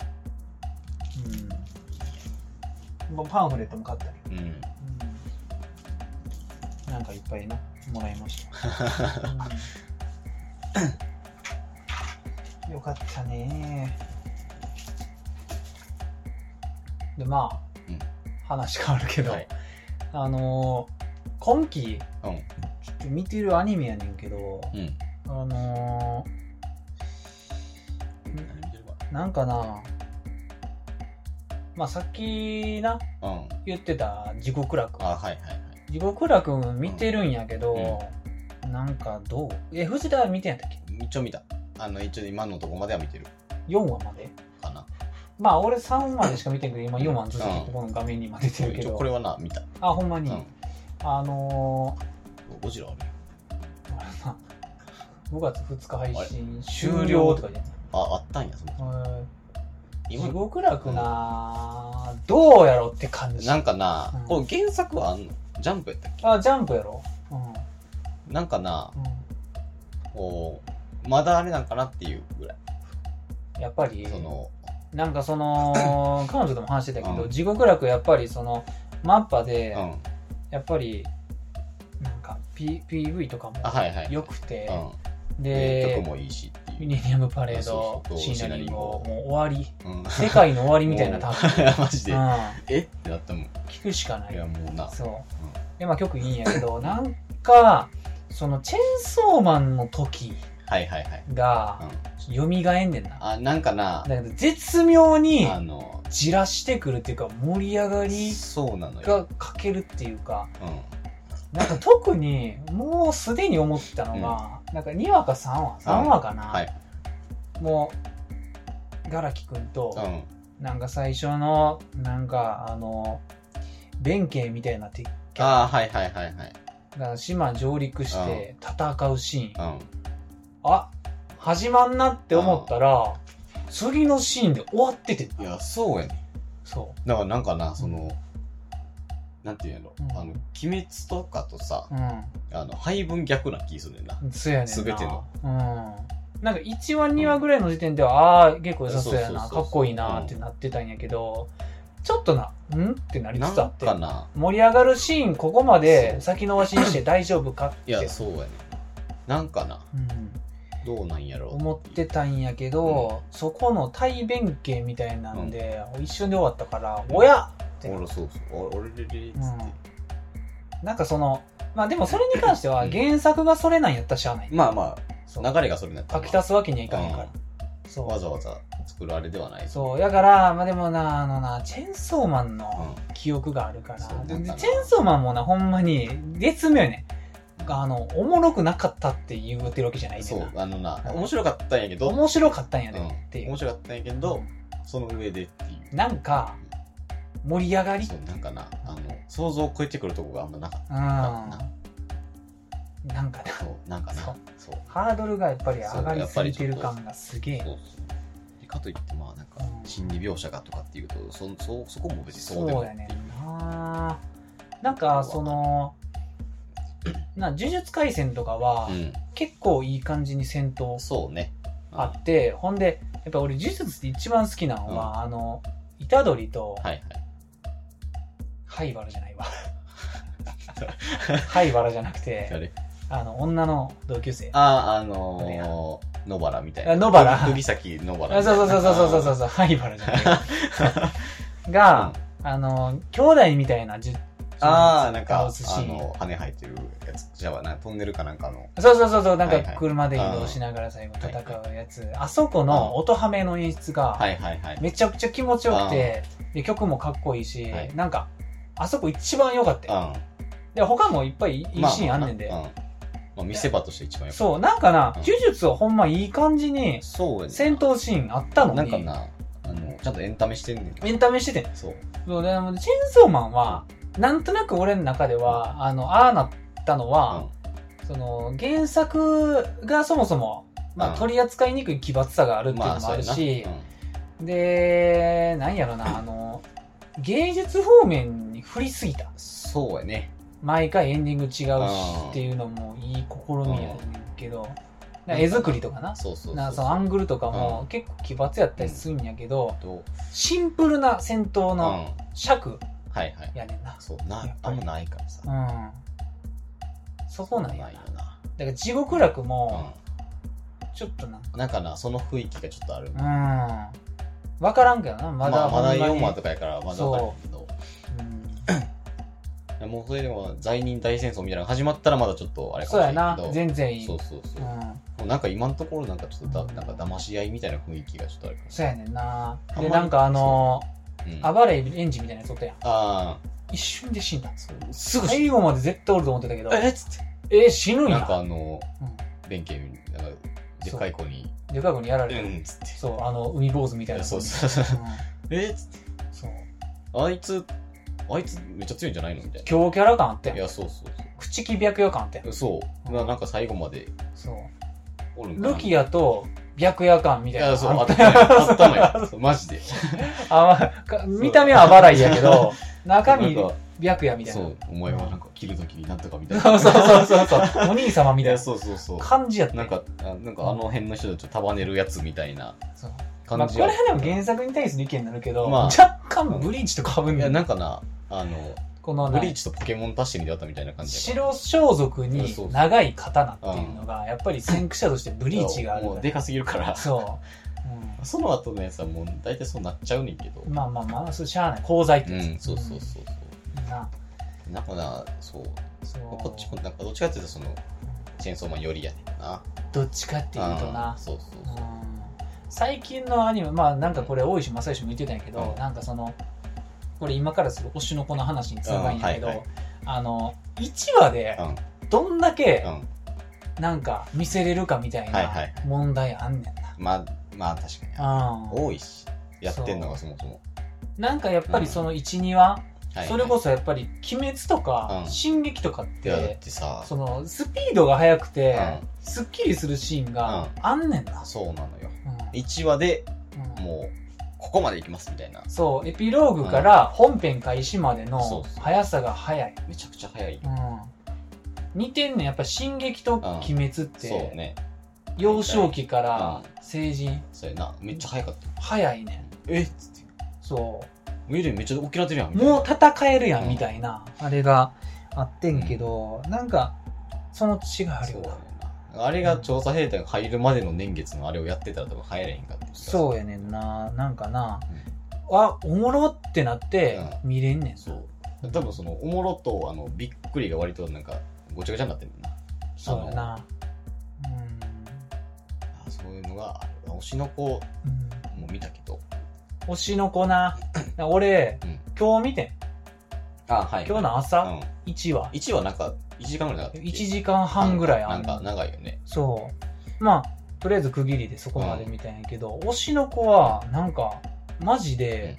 ん、まあパンフレットも買ったり、
あうん
うん、なんかいっぱいなもらいました、うんよかったねでまあ、
うん
話変わるけど、
はい
あのー今期
うん
ちょっと見てるアニメやねんけど、
うん
あのー
何見てるか
なんかなまあさっきな
うん
言ってた地獄楽
あはいはい
地獄楽見てるんやけど、なんかどうえ藤田は見てんやったっけ
はい一応見たあの一応今のとこまでは見てる
4話まで
かな
まあ俺3までしか見てんけど今4話ずつここの画面に今出てるけ
一応
ど
これはな見た
あほんま
う
に、
ん
あの
ゴジラあるよ
ー、あれな5月2日配信終了とかじゃ
ああったんやその
ない
今
地
の
獄楽な、どうやろって感じ
なんかな、
うん
これ原作はあんのジャンプやったっ
あジャンプやろうん
けなんかな
う
こうまだあれなんかなっていうぐらい、
ん、やっぱり
その
なんかその彼女とも話してたけど、
うん
地獄楽やっぱりそのマッパで、
うん
やっぱりなんか、P、PV とかも
あはいはい
良くて、
うんで曲
で
もいいしって
ユ
いう
ニリアムパレー
そ
ド
うそうそう
シーナリンゴ
シーナリ
も
ンゴ
う終わ
うん
り 世界の終わりみたいな
も
多
う
分、
マジ
う
で
ん、
えってなったもんい
聞くしかない
やもうな
そう、
ん
でまあ曲いいんやけ どなんかそのチェーンソーマンの時
はいはいはい
が蘇んねんな、
あなんかな
だけど絶妙に
あの
じらしてくるっていうか盛り上がり
そうなのよ、
が欠けるっていうか
うん、
なんか特にもうすでに思ってたのが、なんか2話か3話3話かな、
はい
もうガラキ君と、
うん
なんか最初のなんかあの弁慶みたいな敵
ああはいはいはいはい
が島上陸して戦うシーン、
うん
あ始まんなって思ったら、次のシーンで終わってて
いやそうやね
そ
だからなんかなその、なんていうんやろ、
うん
あの鬼滅とかとさ
ううん
あの配分逆な気するねんな
そうやねんな。
全ての。
うん。なんか1話2話ぐらいの時点では、ああー、結構良さそうやな、
そうそうそうそう
かっこいいなってなってたんやけど、ちょっとな、んってなり
な
つ
ん
つあって。
かな
盛り上がるシーン、ここま
そ
で
う
先延ばしにして大丈夫かっ
い
て、
やそうやねなんかな
うん、
どうなんやろう
思ってたんやけど、そこの対弁慶みたいなんで、一瞬で終わったから、
うん
おやって
俺そうそう俺れれれっつって、
なんかその、まあでもそれに関しては
うん
原作がそれなんやったらしゃあない。
まあま
そう
あ流れがそれになった
書き足すわけにはいかないから。そう。
わざわざ作るあれではない
そう、だから、まあ、でもな、あのな、チェンソーマンの記憶があるから、
そう
で
なんかな
チェンソーマンもな、ほんまに、絶妙やね。
うん
あの、おもろくなかったって言うてるわけじゃないね
そ
ん
う
な。
あのな面白かったんやけど、
面白かったんやで
うん
っていう。
面白かったんやけどその上でっていう
なんか、盛り上がり。
そうなんかなあの想像を超えてくるとこがあんまなかっ
うん。
な
なんかな
た、そうなんかな
そう
そう
ハードルがやっぱり上がりすぎてる感がすげえ。
そうそうかといってまあなんか
うん
心理描写がとかっていうとそそそこも別にそうで
そ
も
う
な
や
い
ね
っていうん
な。なんか、その、な呪術廻戦とかは、結構いい感じに戦闘
うん、そうねうん
あって、ほんで、やっぱ俺、呪術って一番好きなのは、あの、虎杖と、
はい
ハイバラじゃないわ。ハイバラじゃなく
はいあ
て、
れ
あの、女の同級生。
ああのー、野原みたいな
あ野原
釘崎野原
あそうそうそうそうそうそううそう、ハイバラじゃないわそうが、あの、兄弟みたいな術、
ああなんか
倒
あ
すシーン。
の羽生えてるやつじゃあなトンネルかなんかの
そうそうそうそう、なん
はいは
か
い
車で移動しながら最後戦うやつ。あそこ
う
の
ん
音ハメの演出が、
はいはいはい
めちゃくちゃ気持ちよくて、で曲もかっこいいし、
はい
なんか、あそこ一番良かったよ。で、他もいっぱいいい
うん
いシーンあんねんで。
まあまあうんまあ見せ場として一番よかっ
そう、なんかな、
うん
呪術はほんまいい感じに
た、そうやね
戦闘シーンあったの
な
に、
んかなあのちゃんとエンタメしてんねんけど
エンタメしてて。
そう
そうでもチェーンソーマンは、なんとなく俺の中では、あの、ああなったのは、その、原作がそもそも、ま
う
あ、
ん
取り扱いにくい奇抜さがある
う
っ
ん
ていうのもあるし、
そうやな
で、なんやろな、あの、芸術方面に振りすぎた。
うんそうやね
毎回エンディング違うし
うん
っていうのもいい試みやねんけど、なんか絵作りとかな、
そうそうそう
なそのアングルとかも結構奇抜やったりするんやけど、
と
シンプルな戦闘
うん
の
はい
尺
はい
やねんな。
そうな
やっ
あ
ぱ
ん
り
まないからさ
うん。そこなんや
な
な。
いよ
だ
な
から地獄楽も、
う
ちょっとなん
んなんかなその雰囲気がちょっとある
か、うん。わからんけどな、
ま
まだ
あま
ほん
だ
に
4話とかやからまだわかるけど
うん
でもうそれでも罪人大戦争みたいなのが始まったらまだちょっとあれか
そう
もし
や
れ
な
ないけど。
全然いい
そうそうそうう。も
ん、
うなんか今のところなんかちょっとだ、なんか騙し合いみたいな雰囲気がちょっとあるか
そうやねんな
あんま
で
り
なんかあの
ら。うん、
ー暴れエンジンみたいなやつおったやん
あ
一瞬で死んだんです
ー、すぐ死ぬ
最後まで絶対おると思ってたけど
えっつっ
えー、死ぬん
て。
や
なんかあの、
う
弁慶、なんか、でっかい子に、
ん、でかい子にやら
う
れて、
んっつって。
そうあの海坊主みたいな子
そう
に
そうそう。
うん
えっつって。
そう
あいつ、あいつめっちゃ強いんじゃないのみたいな。
強キャラ感あって
い
ん
や、そうそう
口木白夜感あってん
そう。そう。ななんか最後まで
そう
おるんかな
ルキアと白夜感み
い
たいな
や、
の
そう、
あ
あ
っ
ってたのよ。あったの よそう。マジで。
あまか見た目はあばらいやけど中身
なんか
白夜みたいな
そう、お前はなんか切るときになんとかみたいな。
そうそうそうそうそうお兄様み
い
たい
や、
な
そうそうそう。
感じやった
なんか、あなんかあの辺の人たちを束ねるやつみたいな
そうま
感
あ、
じ
これ
は。
はでも原作に対する意見になるけど、
まあ
若干ブリーチとかぶん
い
ね
や、
ん
なんかな、あの、
この
ブリー
ね
チとポケモン足してみてあったみたいな感じやから
白装束に
そうそう
長い刀っていうのがやっぱり先駆者としてブリーチがある
もう
か
でかすぎるから
ら。そう、うん
その後のやつはもう大体そうなっちゃうねんけど。
まあまあまあ、それしゃあない。功罪って
う
やつ
ん、そうそうそう。
うんな、
うなんかな、そう。
そう
こっちもなんかどっちかっていうとその、チェーンソーマンよりやねんな。
どっちかっていうと
あー
な。
そうそう
う
そうん
最近のアニメ、まあなんかこれ、大石正義も言ってたんやけど、
うん
なんかその、これ今からする推しの子の話につながるんやけど、
うんはいは
あの、1話で
うん
どんだけ
うん。
なんか見せれるかみたい
はい
な
はいはい
問題あんねんな。
まあ、まあ確かに。
うん
多いし、やってんのがそもそも。
なんかやっぱりその1、2話、
はい
それこそやっぱり鬼滅とか、
うん
進撃とかっ、
いやだっててさ、
そのスピードが速くて、
うん
すっきりするシーンがあんねんな。
そうなのよ。
うん
1話で
うん
もう、ここまで行きますみたいな。
そう、エピローグから本編開始まで
そ
の
うそう
速さが速い。
めちゃくちゃ早い。
うん似てんねんやっぱ「進撃」と「鬼滅」っ
そう
て、
ね。
幼少期から成人
そうやな。めっちゃ早かった。
早いねん
えっつって。
そ
見るよりめっちゃ大きなってるやん。
う
みたいな
もう戦えるや
うんん
みたいな、あれがあってんけど、なんかその違いある
そ
よ
う
な
だねんな。あれが調査兵隊が入るまでの年月のあれをやってたら多分入れへんかっていう
そうやねんななんかな、あおもろってなって見れんねん、
そう。多分その、おもろと、あの、びっくりが割となんか、ごちゃごちゃになってるんだな。
そうやなうん
あそういうのが、推しの子
うん
も見たけど。
推しの子 なな俺、
うん
今日見てん
あ、はい
今日の朝、
うん。
1話
1はなんか、1時間ぐらいなかったっけ
1時間半ぐらいあ
なん
ん
か
の
長いよね。
そうまあとりあえず区切りでそこまで見たんやけど、推しの子はなんかマジで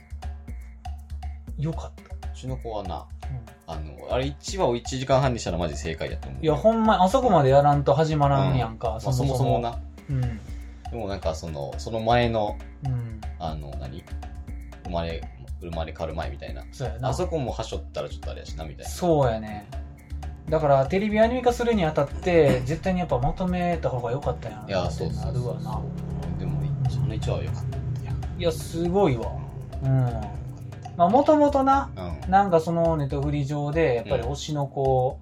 よかっ
うちの子はな、
た、うん
あの、あれ1話を1時間半にしたらマジ正解やと思う。
いやほんまあそこまでやらんと始まらんやんか、
まあ、そもそもな。
うん
でもなんかその、その前の、
うん
あの、何生まれ、生まれ変わる前みたいな。
そうやな
あそこもはしょったらちょっとあれやしな、みたいな。
そうやねだからテレビアニメ化するにあた って絶対にやっぱまとめた方が良かったんやない
や、そう
な
そう
る
そう
わな
でも、一応の一話はよかった。
いやすごいわうん
うん
まあもともとな
うん。はい
なんかそのネットフリ上でやっぱり推しの子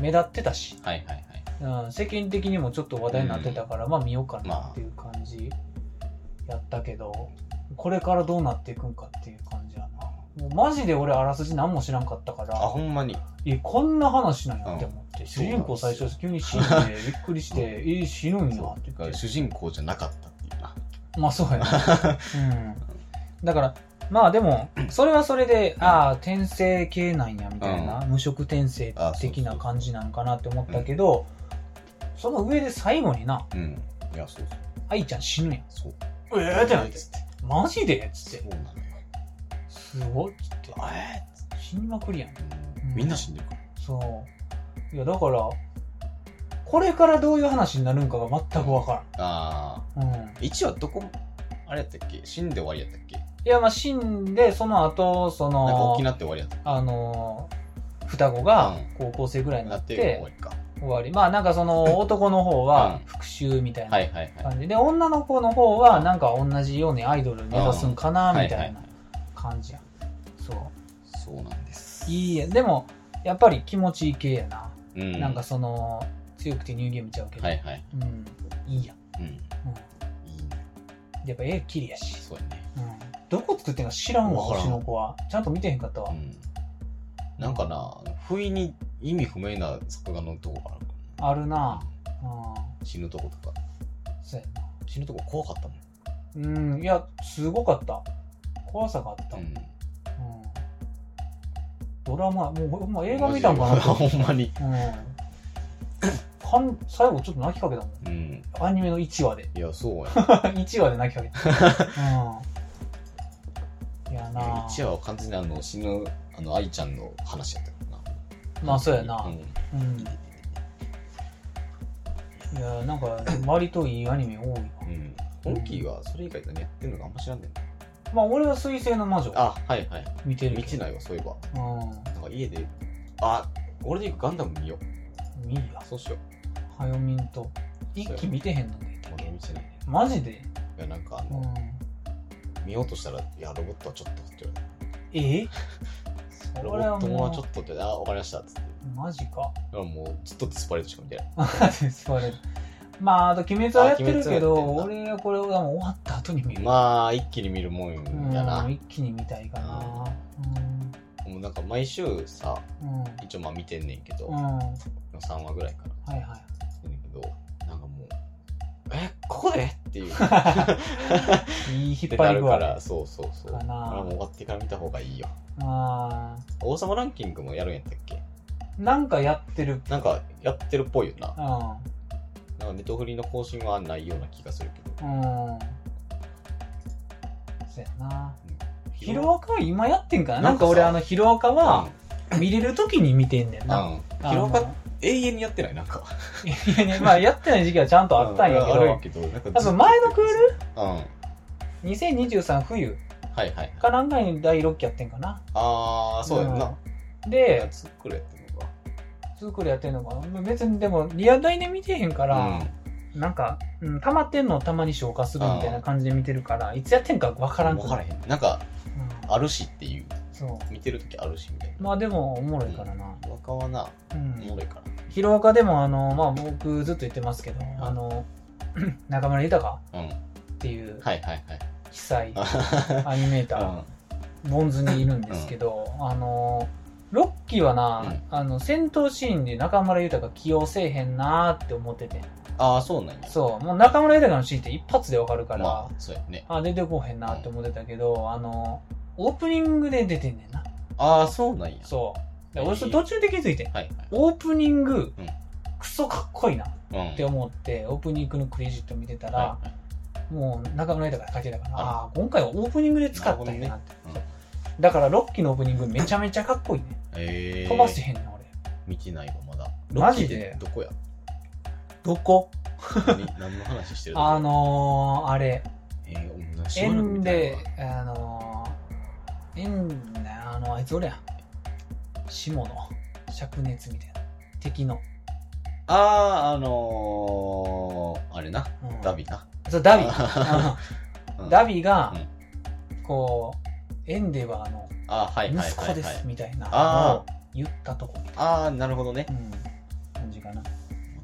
目立ってたし、
はいはい。
うん、世間的にもちょっと話題になってたから、まあ見ようかな
まあ
っていう感じやったけど、これからどうなっていくんかっていう感じやなもうマジで俺あらすじ何も知らんかったか
あ、ほ
ら
んまに。
えこんな話なんやって思って、
ん
主人公最初急に死んでびっくりしてえ死ぬんやって言って
主人公じゃなかったっていうな。
まあそうや な、うん、だからまあでもそれはそれで、ああ転生系なんやみたいな、無職転生的な感じなんかなって思ったけどその上で最後にな
うん。いや、そう
愛ちゃん死ぬやん
そう。そう。
ええってなって
つって。
マジでっつって
そうなのよ。
すごいっつって
え
死にまくりやん
みんな死んでるから。
そういやだからこれからどういう話になるんかが全く分か
ああ。
らん、うん、
1話どこ、あれやったっけ死んで終わりやったっけ
いやまあ死んでその後そ
なんか大き
の
なって終わりやったっ
あのー双子が高校生ぐらい
け
に
な
な
っ
ってて
終わりか。
終わりまあなんかそ の男の方は
うん
復讐みたい
は
ない
はいはい。
感じで女の子の方はなんか同じようにアイドル目指すんかな
うん
みた
はい
い
はい
な
は
感じやそう
そうなんです。
いいやでもやっぱり気持ちいい系やな、
うん。
なんか、その強くてニューゲームちゃうけど、
はいはい。
うん、いいやん、
うん。
う
いいね。
ん、やっぱ絵綺麗やし、
そうやね。
うん、どこ作ってんか知らんわ
わからん
星の子はちゃんと見てへんかったわ、
うん。なんかな、不意に意味不明な作画のとこがあるから
あるなうん
死ぬとことか
そうやな
死ぬとこ怖かったもん、
うんいやすごかった怖さがあった、うん
うん
ドラマもうほんま映画見たんかなと、
ほんまに
うん、かん最後ちょっと泣きかけたもん
うん
アニメの1話で
いやそうや
1話で泣きかけた、うん、いや
な
な
1話は完全にあの死ぬあの愛ちゃんの話やったからな
まあそうやな、
ん
うん、いやなんか割といいアニメ多いな
うん本気はそれ以外何やってんのかあんま知らんねんな
まあ俺は「水星の魔女
あはいはい」
見てる
見
け
て
ど
ないわそういえば
う
なんか家であゴールデンウィークガンダム見ようん
見るや
そうしよう
はよみんと一気見てへんのね
まだ見てないね
マジで
いやなんかあ
う
の、
ん
見ようとしたらいやロボットはちょっとって言われ
え
た
そ
ロボ
れは
ット
も
はちょ
う
っとってあわかりましたっつってだ
マジか
からもうずっとスパレートしか見てない
座れるまああと「鬼滅」はやってるけ
あ
ど
鬼滅はや
俺は
って
これをもう終わった後に見る、
まあ一気に見るもんやな
うん一気に見たいかな
もうなんか毎週さ
うんうん
一応まあ見てんねんけど、
うんは
3話ぐらいから
いはい
だけどなんかもう「えここで?」っ ていう
いい引
出
っ張り
る
具
か
合
らそうそうそう
かな
あれもう終わってから見た方がいいよ
あ
王様ランキングもやるんやったっけ
ーなんかやってる
なんかやってるっぽいよな
う
なんかネトフリの更新はないような気がするけど
んうんそうやなヒ
は
ロアカは今やってんかなな
なんん
か
かさ
俺あのヒロアカは
は
見れる時に見てんねんな、
うんヒロアカ永遠にやってないなんか
いやねまあやってない時期はちゃんとあったんやけ
うある
ど
んやけどなんか
多分前のクール
うんはい
2023冬
はいはい
かなんかに第6期やってんかな
ああそうやんな、
うん
え
で
つっくらやってるのか
ツークールやってんのかな別にでもリア大で見てへんから、なんか、うん、溜まってんのをたまに消化するみたいな感じで見てるからいつやってんか分からん
分
く
から
な
へ
い、
んなんか
うん
あるしっていう
そう
見てる時あるしみたいな
まあでもおもろいからな、
若はな
うん
おもろいから
広岡でもあの、まあ、僕ずっと言ってますけど、あの 中村豊
うん。
っていう
はいはい
被災
は
アニメーター、
い。
ボンズにいるんですけど、あのロッキーはな、あの戦闘シーンで中村豊が起用せえへんなーって思ってて
ああ、そうなんや。
そうもう中村豊のシーンって一発でわかるから、
まあ、そうやね。
あ、出てこうへんなーって思ってたけど、あのオープニングで出てんねんな
ああ、そうなんや。
そうで俺それ途中で気づいてん
はい
オープニング、
うん
クソかっこいいなっ
はい。うん。
て思ってオープニングのクレジット見てたら、
はいはい
もう中村豊が書いてたから、
あら
ああー、今回はオープニングで使ったんやなって。
なるほどね
だから、ロッキーのオープニングめちゃめちゃかっこいいね。
えー
飛ばせへんねん、俺。
見てないわ、まだ。
マジで
ロッキーってどこや
どこ
何何の話してる
あ、のー、あれ、
えー、同じ
エ
しばらく
ン
見てない
で
わ、
あのー、エン、あの、あいつ俺やん。下の、灼熱みたいな。敵の。
ああ、あのー、あれな、
うん
ダ。ビな。
そう、ダ ビ。
あ
う
うんん
ダビが
う、
こう、エンデバーの
あーはいはいはい、はい。
息子ですみたいなのを
あ
言ったとこみたい
ああ、なるほどね。
な。うん。感じかな。
ま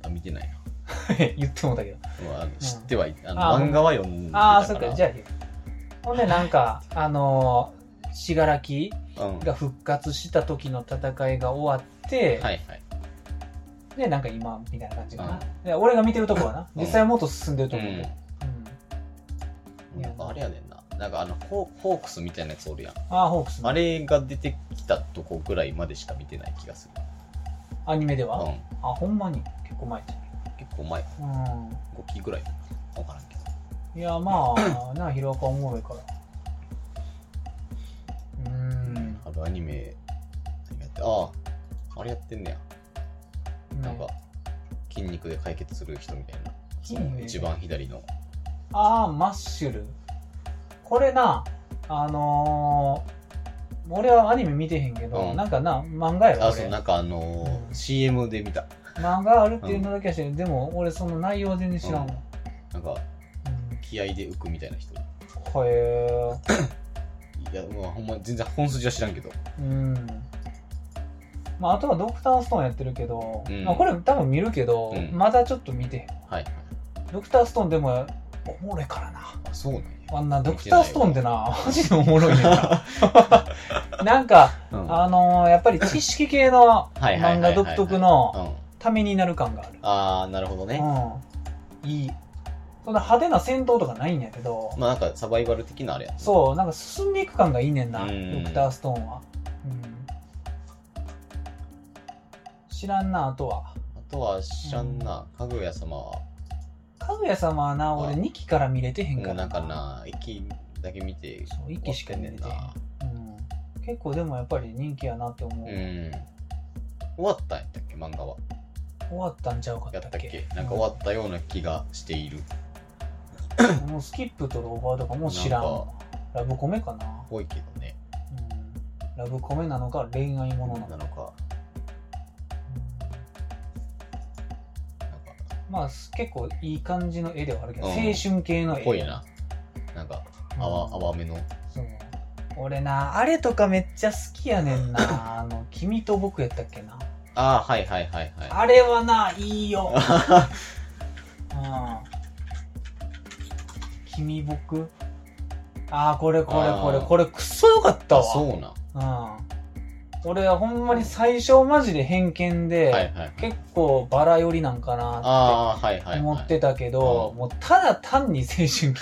だ見てないな。
言ってもうたけど。
まああの知ってはい、あの
あー
漫画は読んでたから。
ああ、そっか、じゃあ言う。ほんで、なんか、あのー、信楽
あ、うん。は
が復活した時の戦いが終わって、
いはい。
で、なんか今、みたいな感じかな。で俺が見てるとこはな、
うん
実際もっと進んでるとこ、う
うん
ん。
なんかあれやねんな。なんかあの、ホホークスみたいなやつおるやん。
ああ、ホークス
あ
の
れが出てきたとこぐらいまでしか見てない気がする。
アニメで
う
は、
ん。
あ、ほんまに、結構前じ
結構前、
ゃん。
5期ぐらいかな。わからんけど。
うん。いや、まあ、な、ヒロアカおもろいから。うーん。
あるアニメ、アニメやって、ああ、あれやってんねや。なんか、筋肉で解決する人みたいな。そ
筋肉
の
で
一番左の。
ああ、マッシュル。これな、あのー、俺はアニメ見てへんけど、
うん
なんかな、漫画やろ、
あ、そう、
俺。
なんかあの
う
ー、
ん
CM で見た。
漫画あるっていうのだけは知ってる。でも、俺その内容は全然知らんわ。
なんか、
うん。
気合で浮くみたいな人。い
へえ。
や、まあ、ほんま、全然本筋は知らんけど。
うん。まあ、あとはドクターストーンやってるけど、
うん
まあ、これ多分見るけど、
うん
まだちょっと見てへん。
はい。
ドクターストーンでも、おもろいからな。
あ、そうなんや。
あんな、ドクターストーンってな、マジでおもろいねんな。なんか、
うん
あのーやっぱり知識系の
はいはいはいはい
漫画独特
う
の
ん、
ためになる感がある。
ああなるほどね、
うん。いい。そんな派手な戦闘とかないんやけど、
まあなんかサバイバル的なあれや
そう、なんか進んでいく感がいいねんな、
う
ド
ん
クターストーンは。うん。知らんな、あとは。
あとは知らんな、かぐや様は
かぐや様はな、俺
あ
2期から見れてへん
も
か
うな
ら
んかな息だけ見て
そう、1
終
期
わ
し
っ
か
て
見
んね
れ
ん
てへ。
なん
うん、結構でもやっぱり人気やなって思
う
う。
ん終わったんやったっけ漫画は
終わったんちゃうかった
や
っ
った
け
っけなんか終わったような気がしている
うんもうスキップとローバーとかもう知らん
なんか
ラブコメかな、
多いけどね
うん、ラブコメなのか恋愛ものなのか、
なのかなんか
うんまあす結構いい感じの絵ではあるけど、
うん
青春系の絵
濃いななんか
うん
泡泡めの
そう俺なあれとかめっちゃ好きやねん なあの「君と僕」やったっけな
ああはいはいはいはい
あれはないい よ、うん、君僕ああこれこれこ
あ
れ
ー
これクソよかったわ
あそうなんは
うん、俺はほんまに最初マジで偏見で、
いはいはい
結構バラ寄りなんかなっ
ああはいはいは
て
い
思ってたけど、
うん
もうただ単に青春期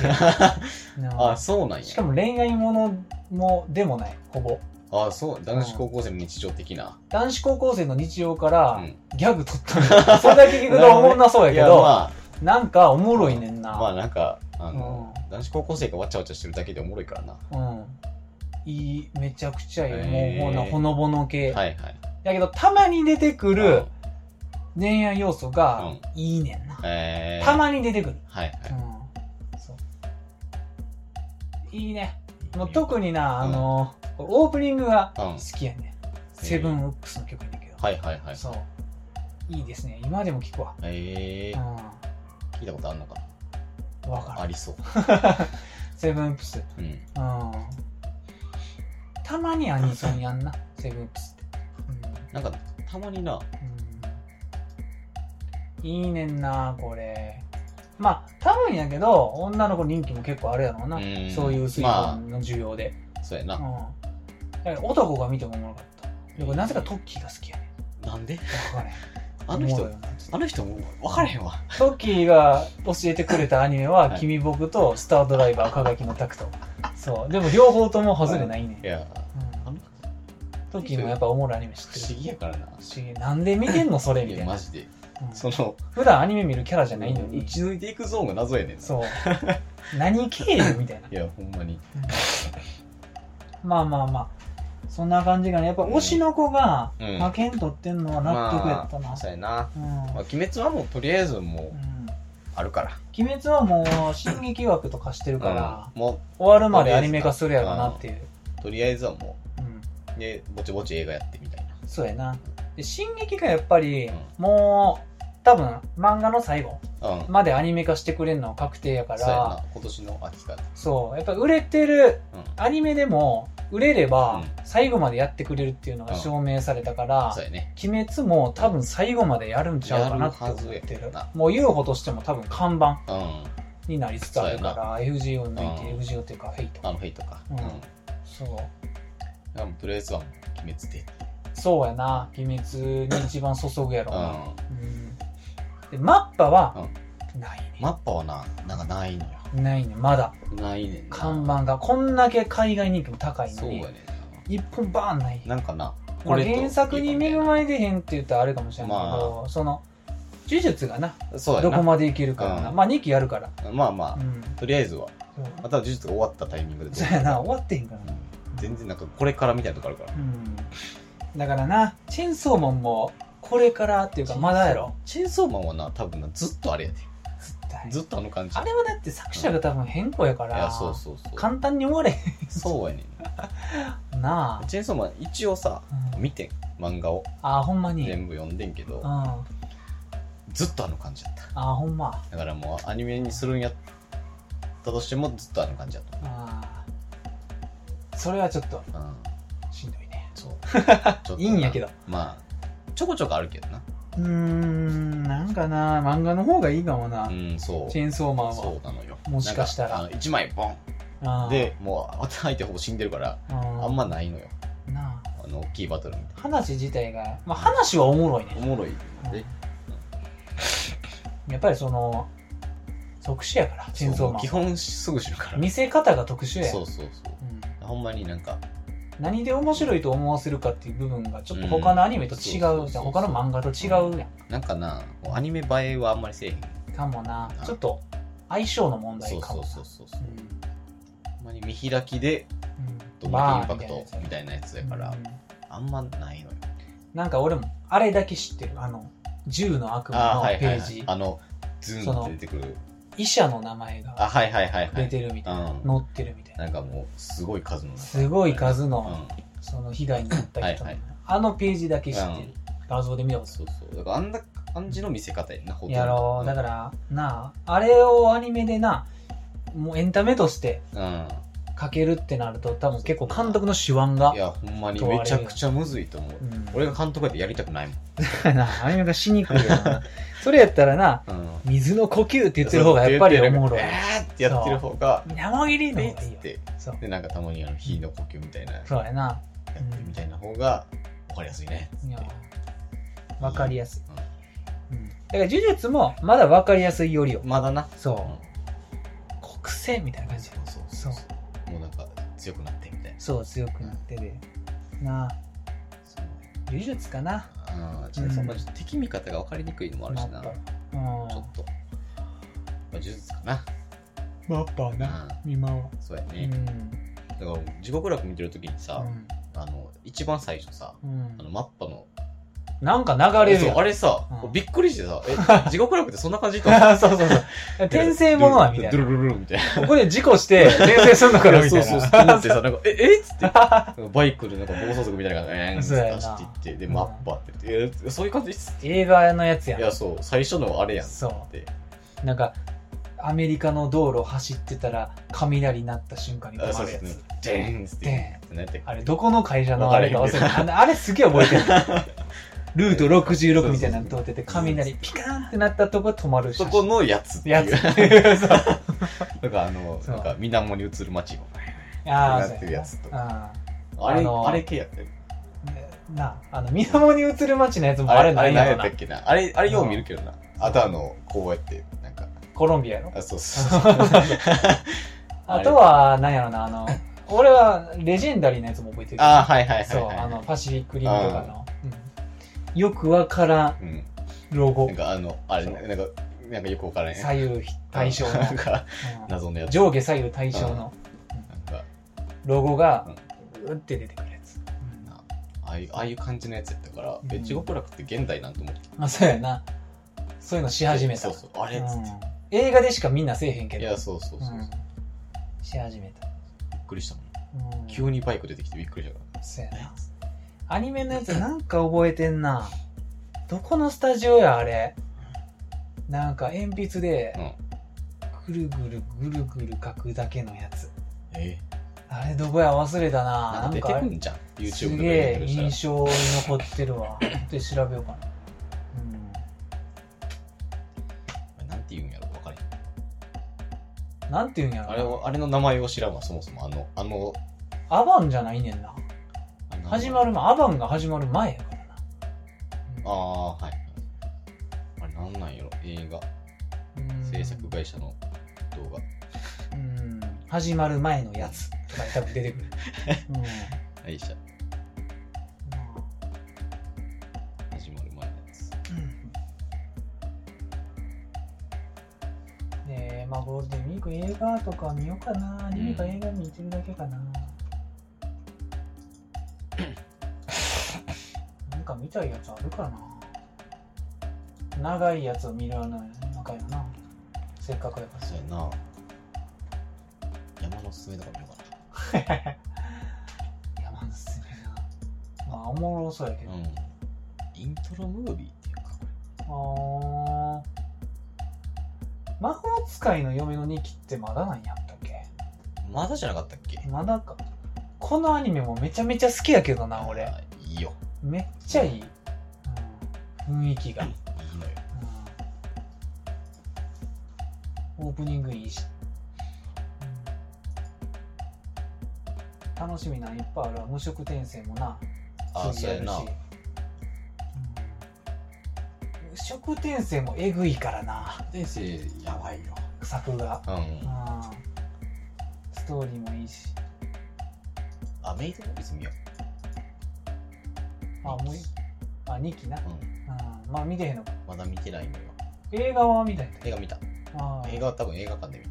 な
あそうなんや
しかも恋愛ものもでもないほぼ
あそう男子高校生の日常的な
男子高校生の日常か
う
ら
ん
ギャグ撮ったの、 それだけ聞くとおもんなそうや
い
け
や
ど
ま
なんかおもろいねん
あ
な、
まあなんかあの男子高校生がわちゃわちゃしてるだけでおもろいからな
うんいいめちゃくちゃいい、
へー
もうもうなほのぼの系、
はいはい
だけどたまに出てく
う
る
ん
恋愛要素がいいねんな、
えー
たまに出てくる、
はいは
うんそういいね
い
もう特にな、
うん
あのオープニングが
うん
好きやね、セブンウックスの曲やねんけど、
はいはいはい
そういいですね今でも聞くわ
え
うん
ー聞いたことあんのか
わ
な
か
あ
る
りそう
セブンウックスうん
うん
たまにアニソンやんなセブンウックスって
なんかたまにな
うん、うん、いいねんなこれまあ多分やけど女の子人気も結構あるやろうな、
うん
そういう水
ま
分の需要で、
あそうやな
うん、だから男が見てもおもろかったでこれなぜかトッキーが好きやね
なんで
んわかれへん
あの
おも
人
ろいよな
あの人も分からへんわ
トッキーが教えてくれたアニメは「
はい
君僕」と「スタードライバー輝きのタクト」そうでも両方とも外れないねん、
いや
う
あ
ん
の
トッキーもやっぱおもろいアニメ知
不
って
思
る
議やからな
不思議なんで見てんのそれみ
い
た
や
いな、
マジで
うん
その
普段アニメ見るキャラじゃないのに、
打ち抜いていくゾーンが謎やねんな
そう何経由みた いない
やほんまに
まあまあまあそんな感じがねやっぱ推しの子が
うん
派遣取ってんのは納得やったな、
まあそうやな
うん
まあ鬼滅はもうとりあえずもうあるから
鬼滅はもう進撃枠とかしてるから、
うんも
終わるまでアニメ化するやろなっていう、
うとりあえずはも
うん、
うでぼちぼち映画やってみたいな
そうやなで進撃がやっぱり、
うん
もう多分漫画の最後
うん
までアニメ化してくれるのは確定やから
そうやな今年の秋から
そうやっぱ売れてる
うん
アニメでも売れれば
う
最後までやってくれるっていうのが証明されたから、
そうやね
鬼滅も多分最後までやるんちゃうかなって思って
やる
る
はずやな
もう UFO としても多分看板
うん
になりつつあるか
そ
ら FGO 抜いて
うん
FGO っていうかフェイト
あの日とか
う
うんん
そう
だからもうとりあえずはもう鬼滅で
そうやな鬼滅に一番注ぐやろ
う
うな、
ん
うんでマッパはないね、
マッパはななんかないのよ
ないねまだ
ないねんな
看板がこんだけ海外人気も高いの
そう
に
やねんな
一本バーンない
なんかな、
ま
こ
あ、
れと
原作に恵まれてへんって言ったらあれかもしれないけど、
ま
その呪術がな
そうやな
どこまでいけるかな、
うん
まあ2期やるから、
まあまあ、
うん、
とりあえずは、また
そ
は呪術が終わったタイミングでどう
うやな終わってへんからな、
全然なんかこれからみたいなとこあるから
うん、だからなチェーンソーマンもこれからっていうかまだやろ
チェーンソーマンはな多分なずっとあれやで
絶対
ずっとあの感じ
あれはだって作者が多分変更やか
い
ら
やそうそうそう
簡単に終われへ
そうやねん
んな
チェーンソーマン一応さ
あ、うん
見てん漫画を
あほんまに、うん、
全部読んでんけど
あ
ずっとあの感じやった
ほんま
だからもうアニメにするんやったとしてもずっとあの感じやった
あーそれはちょっと
うん
しんどいね
そうちょっとない
いんやけど
まあちょこちょこあるけどな
うーんなんかな漫画の方がいいかもな、
うんそう
チェーンソーマンは
そうなのよ
もしかしたら
なんあの1枚ボン
あー
でもう相手ほぼ死んでるから
あー
あんまないのよ
な
の大きいバトルみたい
話自体が、まあ、話はおもろいね
なおもろい
うん
え
やっぱりその特殊やからチェンソー
そう
マン
基本すぐ死ぬから
見せ方が特殊や
そうそうそう
うん
ほんまになんか
何で面白いと思わせるかっていう部分がちょっと他のアニメと違
う
うんじゃん
そうそうそう
他の漫画と違うや
なんかなもうアニメ映えはあんまりせえへん
んかもな
うん
ちょっと相性の問
そ
題
う
か
そ
も
う
な
そうそうそう
うん
ほんまに見開きで
う
ど
ん
ん
バ
だけイ
ー
ンパクトみたいなやつ
い
や
な
から
うん
あんまないのよ
なんか俺もあれだけ知ってるあの銃の悪
あーは
魔の
い
ペ
はい
ー
はい
ジ
あのズーンって出てくる
医者の名前
あ
が
はいはいはいは
出
い
てるみたいな
うん
載ってるみたいな
なんかもうすごい数の
すごい数
う
の
ん
その被害に遭った人
はいはい
あのページだけ知っ
う
てる
ん
画像で見たことある
そうそうだからあんな感じの見せ方やんなほとんど
やろうだかららなああれをアニメでなもうエンタメとして
うん
かけるってなると多分結構監督の手腕が
いやほんまにめちゃくちゃむずいと思う
うん
俺が監督やってやりたくないもん、
なアニメがしにくいよな それやったらな
うん、
水の呼吸って言ってる方がやっぱりおもろい
えーってやってる方が
生切りの
え
方
っ
が
つ
いい
っ
よ
て
そう
でなんかたまにあの火の呼吸みたいなやって
そうやな
るみたいな方が分かりやすいね
いやわかりやすい、うんだから呪術もまだわかりやすいよりよ
まだな
そう国性みたいな感じ
そうそうそうもうなんか強くなってみたいな
そう強くなってでなあ
そう
呪術かな
ああちょっとそんな敵味方が分かりにくいのもあるしな
マッ
ち
パうん
ょっとまあ呪術かな
マッパは今は
そうや
うん
ねだから地獄楽見てる時にさあの一番最初さ
うんうん
あのマッパの
なんか流れる
そう
よ
あれさ、
うん
びっくりしてさ、え、地獄楽ってそんな感じと思っ
あ そうそうそう
て
転生ものはみたい
ド
な
ゥルルルルみたいな。
ここで事故して 転生するのかなみたいな
そうそうそう。 思ってさ、なんか、え、えっつって、 バイクでなんか暴走族みたいな感じで、えーん
そうやな
って走っていって、で、マッパって言って、えそういう感じっす。
映画のやつやん
いや、そう、最初のあれやんっ
そう
て。
なんかアメリカの道路を走ってたら雷鳴った瞬間に
あ
止
そ
ま
う
る
で
や
すね
つ。
ジェーンっつって。何やったっけ
あれどこの会社のあれか忘れたあのあれすげえ覚え てるルート66みたいなの通ってて雷ピカーンってなったとこ止まる
そ
写
こ
真
のやつっていう。
やつそう
なんかあの、
そう
なんか水面に映る街を。
ああ
やってるやつと
そうな
あれ、
あのー
あれ系やったよ
うんねなああの水面に映る街のやつもあ
あ
れ
れ、あ
な
れ
い
何
や
や
ろ
った
な
っけな。あれ、あれよう見るけどな。あとあの、こうやって、なんか、
コロンビアや ろ
あ、そうそう。
あとはなんやろなあの俺はレジェンダリーのやつも覚えてる
あーはいはいはい、
そう
はい。
あのパシフィックリムとかのうんよくわからん
うん。
ロゴ
なんかあの、あれ、
そう
なんか、なんかよくわからん。
左右対称の
なんか、
うん
謎のやつ。
上下左右対称の
なんか、
ロゴがうって出てくるやつ、
なああいう、ああいう感じのやつやったから、
う
え、
ん
地獄楽って現代なんて思って。
まあそうやなそういうのし始めた
そうそう、あれっつって。
うん映画でしかみんなせえへんけ
い
ど
や、そうそうそうそう。
う
びっ
んし始めた、
くりしたもん。
うん、
急にバイク出てきてびっくりしたか
そうや
ら。
なアニメのやつなんか覚えてんなどこのスタジオやあれなんか鉛筆でぐるぐるぐるぐる書くだけのやつ
え
あれどこや忘れたななん
なんか出
かあ
て
れ
くんじゃん。
す
YouTube とか
げ
で
え
見たりし
印象に残ってるわ。で調べようかな。
たら。なんて言うんやろ、わかる。
うん。なんていうんやろな
あれを、あれの名前を知らんわ、そもそも。あの、あの、
アバンじゃないねんな。
あの
始まる前、アバンが始まる前やからな。
ああ、はい。あれ、なんなんやろ、映画、
うん
制作会社の動画。
うん。始まる前のやつとかに多分出て くる。うん。
会社、始まる前のやつ。
ねえ、まあゴールデンウィーク映画とか見ようかな。アニメか
うん
映画見てるだけか な。なんか見たいやつあるかな。長いやつを見られないのかやな。せっかくやから
そうやな。山のすすめとか見ようか
山のすすめな。まあおもろそうやけど
な。。うん。イントロムービーっていうか、こ
あー魔法使いの嫁の2期ってまだなんやったっけ
れ。まだじゃなかったっけ
まだか。このアニメもめちゃめちゃ好きやけどな、俺。。
いいよ。
めっちゃいい。うん雰囲気が。うん
いいのよ。
オープニングいいし。うん楽しみなんいっぱいあるわ。無色転生もな。
あ
普通にやるし
そ
う
うやな
ん食転生もえぐいからな
天生やばいよ
作が、
うん
うんストーリーもいいし
あメイドオフィス見よ
あもういあ2期な、
う、うん、
うん、まあ見てへんのか
まだ見てないのよ
映画は見たい
映画見た
あー
映画は多分映画館で見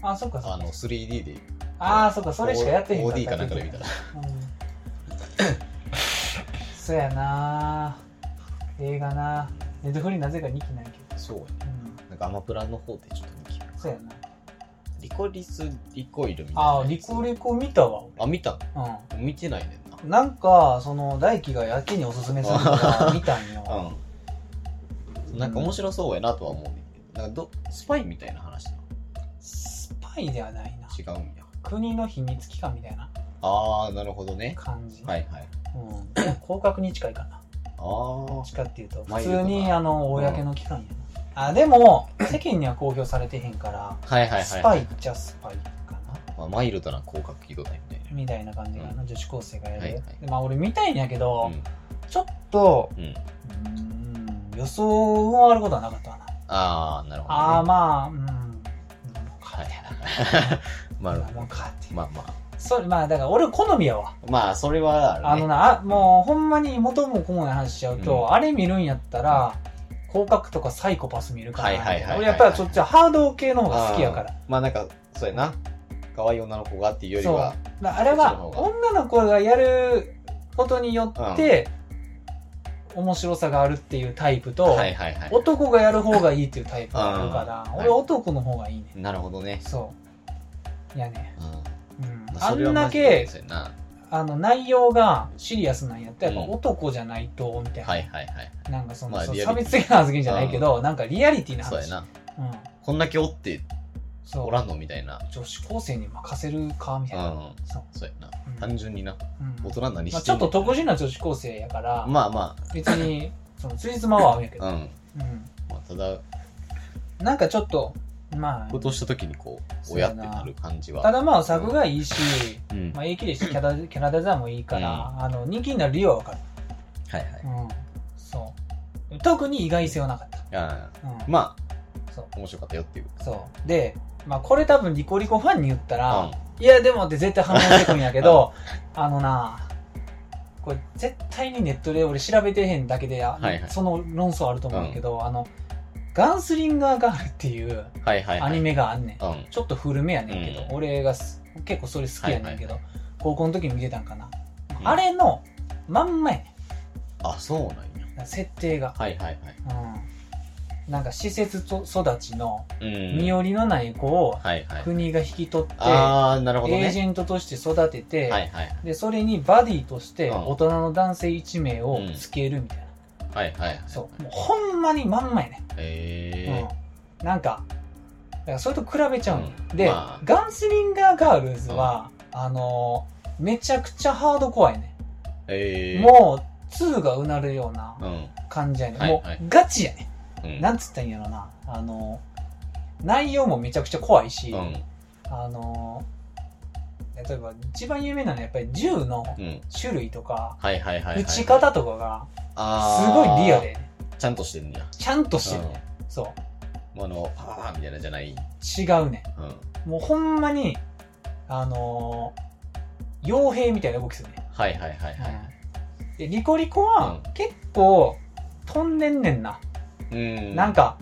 た
あそっかそっ
あ
か
の 3D で
ああそっかそれしかやってへん
4D かなんかで見たら
うんそやな映画なネットフリなぜか2期ないけ
そうやね
ど、う
なんかアマプラの方でちょっと人気
ん、そうやな
リコリスリコイルみたいな
あ
や
あ
つ
リコリコ見たわ
あ見た
俺
見てないねんな
うんなんかその大輝がやけにおすすめする から見たんよ
うんなんか面白そうやなとは思うねんけどなんかどスパイみたいな話な
スパイではないな
違うんや
国の秘密機関みたいな
ああなるほどね
感じ、
はいはい
うん、広角に近いかなど
あ
っちかっていうと
マ
普
イルド
通
な
にあの公の機関やな、あでも世間には公表されてへんから
あはいはいはい
スパイっちゃスパイかな
まあ、マイルドな広角機動隊みたい
みたいな感じかな、女子高生がやる、
はいはい
でまあ俺見たいんやけ
な
ど、
うん
ちょっと
うん
うーん予想を上回ることはなかったかな、
ああなるほど、ね、
ああまあうんなのか
はいま
な
あ
のかっていう
まあま
それまあだから俺好みやわ
あまあそれはあ
あ
る
の
ね
なあもうほんまに元も子もない話しちゃうと、
う
あれ見るんやったら広角とかサイコパス見るから、
はいはいはいはい
俺やっぱりそっちはハード系の方が好きやから
あーまあなんかそうやな可愛い女の子がっていうより
そう
は
だあれは女の子がやることによって面白さがあるっていうタイプと、
はいはいはい
男がやる方がいいっていうタイプがあるから、
うん
俺男の方がいいね、
なるほどね
そういやね、
う
うん
ん
あ
それは
ん
マ
だ
ジで
け
そうやな
あの内容がシリアスなんやったらやっ
う
ぱ
ん
男じゃないとみたいな、
はいはいはい
なんかその、
まあ
そう
リア
差
リティ
別的な発言じゃないけど、なんかリアリティな
そうや
話
な
うん、
こんだけおって
そう
おらんのみたいな
女子高生に任せるかみ
う
たいな、
ん
そう
そうやな
うん
単純にな
うん
大人何
まあ、
し
ち
て
ょ
ん
っ
の
と特殊な女子高生やから、
まあま
別にそのついつまは合うんやけ
あ
ど、
うん
うん
まあただ
なんかちょっとま
ふとした時にこう親ってなる感じ
あた
は
だまあ作がいいし、
うん
ま
は
あ、
い
いいきでしキャラキャラデザインもいいから、あの人気になる理由は分かる、
はい
うん、そう特に意外性はなかった、
あ
うん
ーま
そう
あ面白かったよっていう
そうで、まあ、これ多分リコリコファンに言ったら、
うん
いや、でもって絶対反応してくんやけど、あのな、これ絶対にネットで俺調べてへんだけで、あ
はいはい
その論争あると思うんやけど、あの、ガンスリンガーガールっていう
はいはいは
ア
い
ニメがあんねん。
うん
ちょっと古めやねんけど、
うん
俺がす結構それ好きやねんけど、高校の時に見てたんかな。
うん
あれのまんまやね
あそうなんや
ん。設定が。
はいはいはい
うん。なんか施設と育ちの
うん
身寄りのない子を
はいはい
国が引き取って、
ああなるほど
エー
ね
ジェントとして育てて、
はいはい
でそれにバディとして
うん
大人の男性1名をつけるみたいな、
はいはいはい
そうもうほんまにまんまやね、
え
うん、なんかだからそれと比べちゃうんよ、
うん
で、
まあ
ガンスリンガーガールズは、あのーめちゃくちゃハードコアやね、
ーえー
もう2がうなるような
うん
感じやね、
はい
も
はいう
ガチやね、
うん
なんつったらいいんやろなあのー内容もめちゃくちゃ怖いし、
うん
あのー例えば一番有名なのはやっぱり銃の
うん
種類とか、
はいはいはいはい
打ち方とかが
あ
す
ー
ごいリアで
ちゃんとしてんねや
ちゃんとしてるね、そ
もうあのパーンみたいなじゃない
違うね
うん
もうほんまにあのー、傭兵みたいな動きするね、
はいはいはいはい
でリコリコは
う
結構飛んでんねんな、
うん
なんか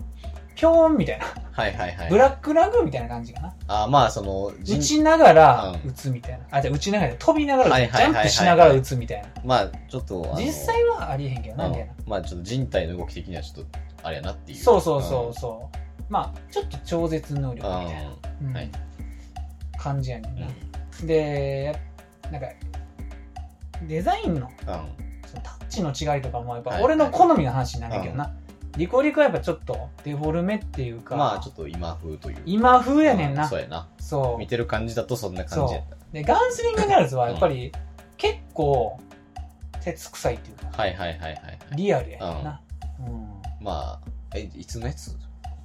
ピョーンみたいな、
はいはいはい
ブラックラグーンみたいな感じかな
あーまあその
打
人
ちながら
うん
打つみたいな、あじゃあ打ちながら飛びながら打つ、
はいはいはいはいは
ジャンプ
い
しながら打つみたいな
まあちょっとあの
実際はありえへんけどなみたいな
うんまあちょっと人体の動き的にはちょっとあれやなっていう
そうそうそうそうまあちょっと超絶能力み
うん
たいな、うん
はい
感じやねん
うん
な、でなんかデザインの
うん
そのタッチの違いとかもやっぱ
はい
俺の好みの話になるけどな、リコリコはやっぱちょっとデフォルメっていうか、
まあちょっと今風という
今風やねん
う
な
そうやな
そ
見
う
てる感じだとそんな感じやった
でガンスリングガールズはやっぱり結構鉄臭いっていうか
はいはいはいはいはい
リアルやねんな、うん
まあえいつのやつ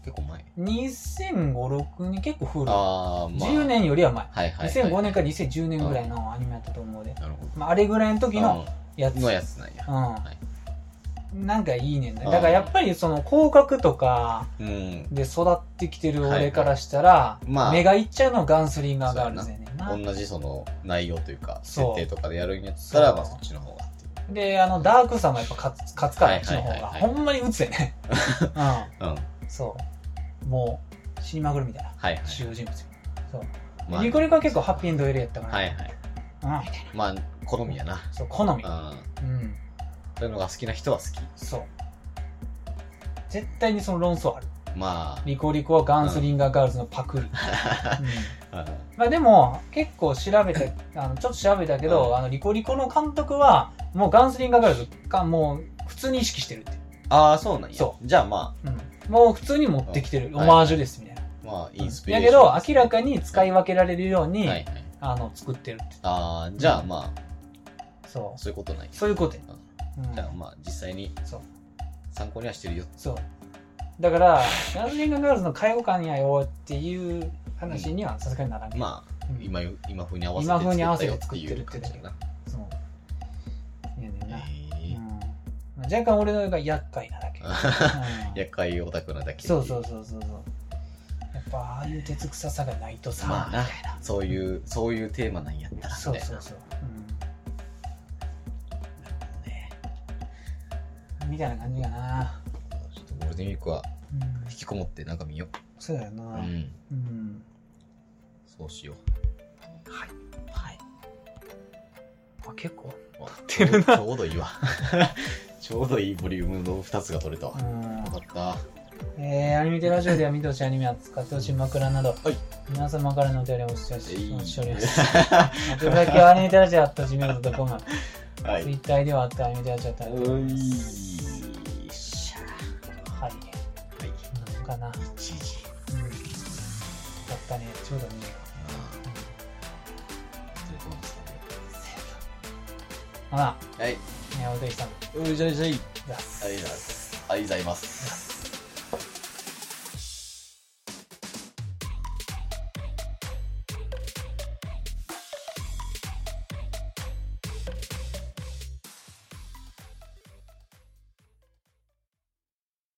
結構前
2005、6に結構古い、
ああまあ
10年よりは前
はいはいはい
2005年から2010年ぐらいのアニメやったと思うで、
なるほど
まあ、あれぐらいの時の
うん
やつ
のやつなんや
うん、
い
なんかいいねんね
あー
だからやっぱりその広角とか
うん
で育ってきてる俺からしたら、
いまあ
目がいっちゃうのはガンスリンガーガールズやねんな
同じその内容というか設
そう
定とかでやるんやったら
そう
まあそっちの方がっていう
であのダークさもやっぱ勝つ勝つからあ
はい
っちの方が、
はいはいはい
ほんまに鬱やね う
うんはい
んそうもう死にまぐるみたいな
はい
主要人物よそう
まあ
ニコニコは結構ハッピーエンドエリアやったから、
はいはい
うんみたい
まあ好みやな
なそう好み
うん
うん
そういうのが好きな人は好き
そう絶対にその論争ある
ま
リコリコはガンスリンガーガールズのパ クリ、うん
あうん
まあでも結構調べ てあのちょっと調べたけど、
うん
あのリコリコの監督はもうガンスリンガーガールズかもう普通に意識してるって、
ああそうなんや
そ
じゃあま
うん、もう普通に持ってきてる、
うん
オマージュですみたいな、
あまあインスピレ
だ
ー
け
ション
ど明らかに使い分けられるように、
はいはい
あの作ってるって
ああじゃあまあ
そう
そういうことない
そういうことや、うん
じゃあまあ実際に
そう
参考にはしてるよ
そうだからガンスリンガーガールズの介護官やよっていう話にはさすがにならない、
まあ
うん
今よ今風に合わせて
今風に合わせて
作
作
っ
ったて
よって
る
い
ってだ
う感じ
け
やな
そういやねんな、
へえ
うん、若干俺のが厄介なだ け、うん
厄介オタクなだけ
そうそうそうそうそうやっぱああいう鉄臭さがないとさ、
まあな
みたいな
そういうそういうテーマなんやったらみたい
そう
な
そうそう、うん、みたいな感じかな、
ちょっとゴールデンウィークは
うん、
引きこもってなんか見よ
そうだよな
う、
う、
うんんそうしよ
はいはいあ結構
うあ
てるな
ちょうちょうどいいわ ちょうどいいボリュームの2つが取れたわ
う
よ
ん
かった
えー、アニメテラジオでは見てほしいアニメ扱ってほしい枕など、
い
皆様からのお便りをお待ちしております。
は
あとだけアニメテラジオあったじめるとこま、
い
ツイッターではあったアニメテラジオあったら、
うい
しゃはい、
はい
なんかな。うん、だ
一時
ったね、ちょうどね。
失礼しました
ほら、
はい
ね、お手さん、
うんじゃあじゃあい
出す。
ありがとうございますありがとうございます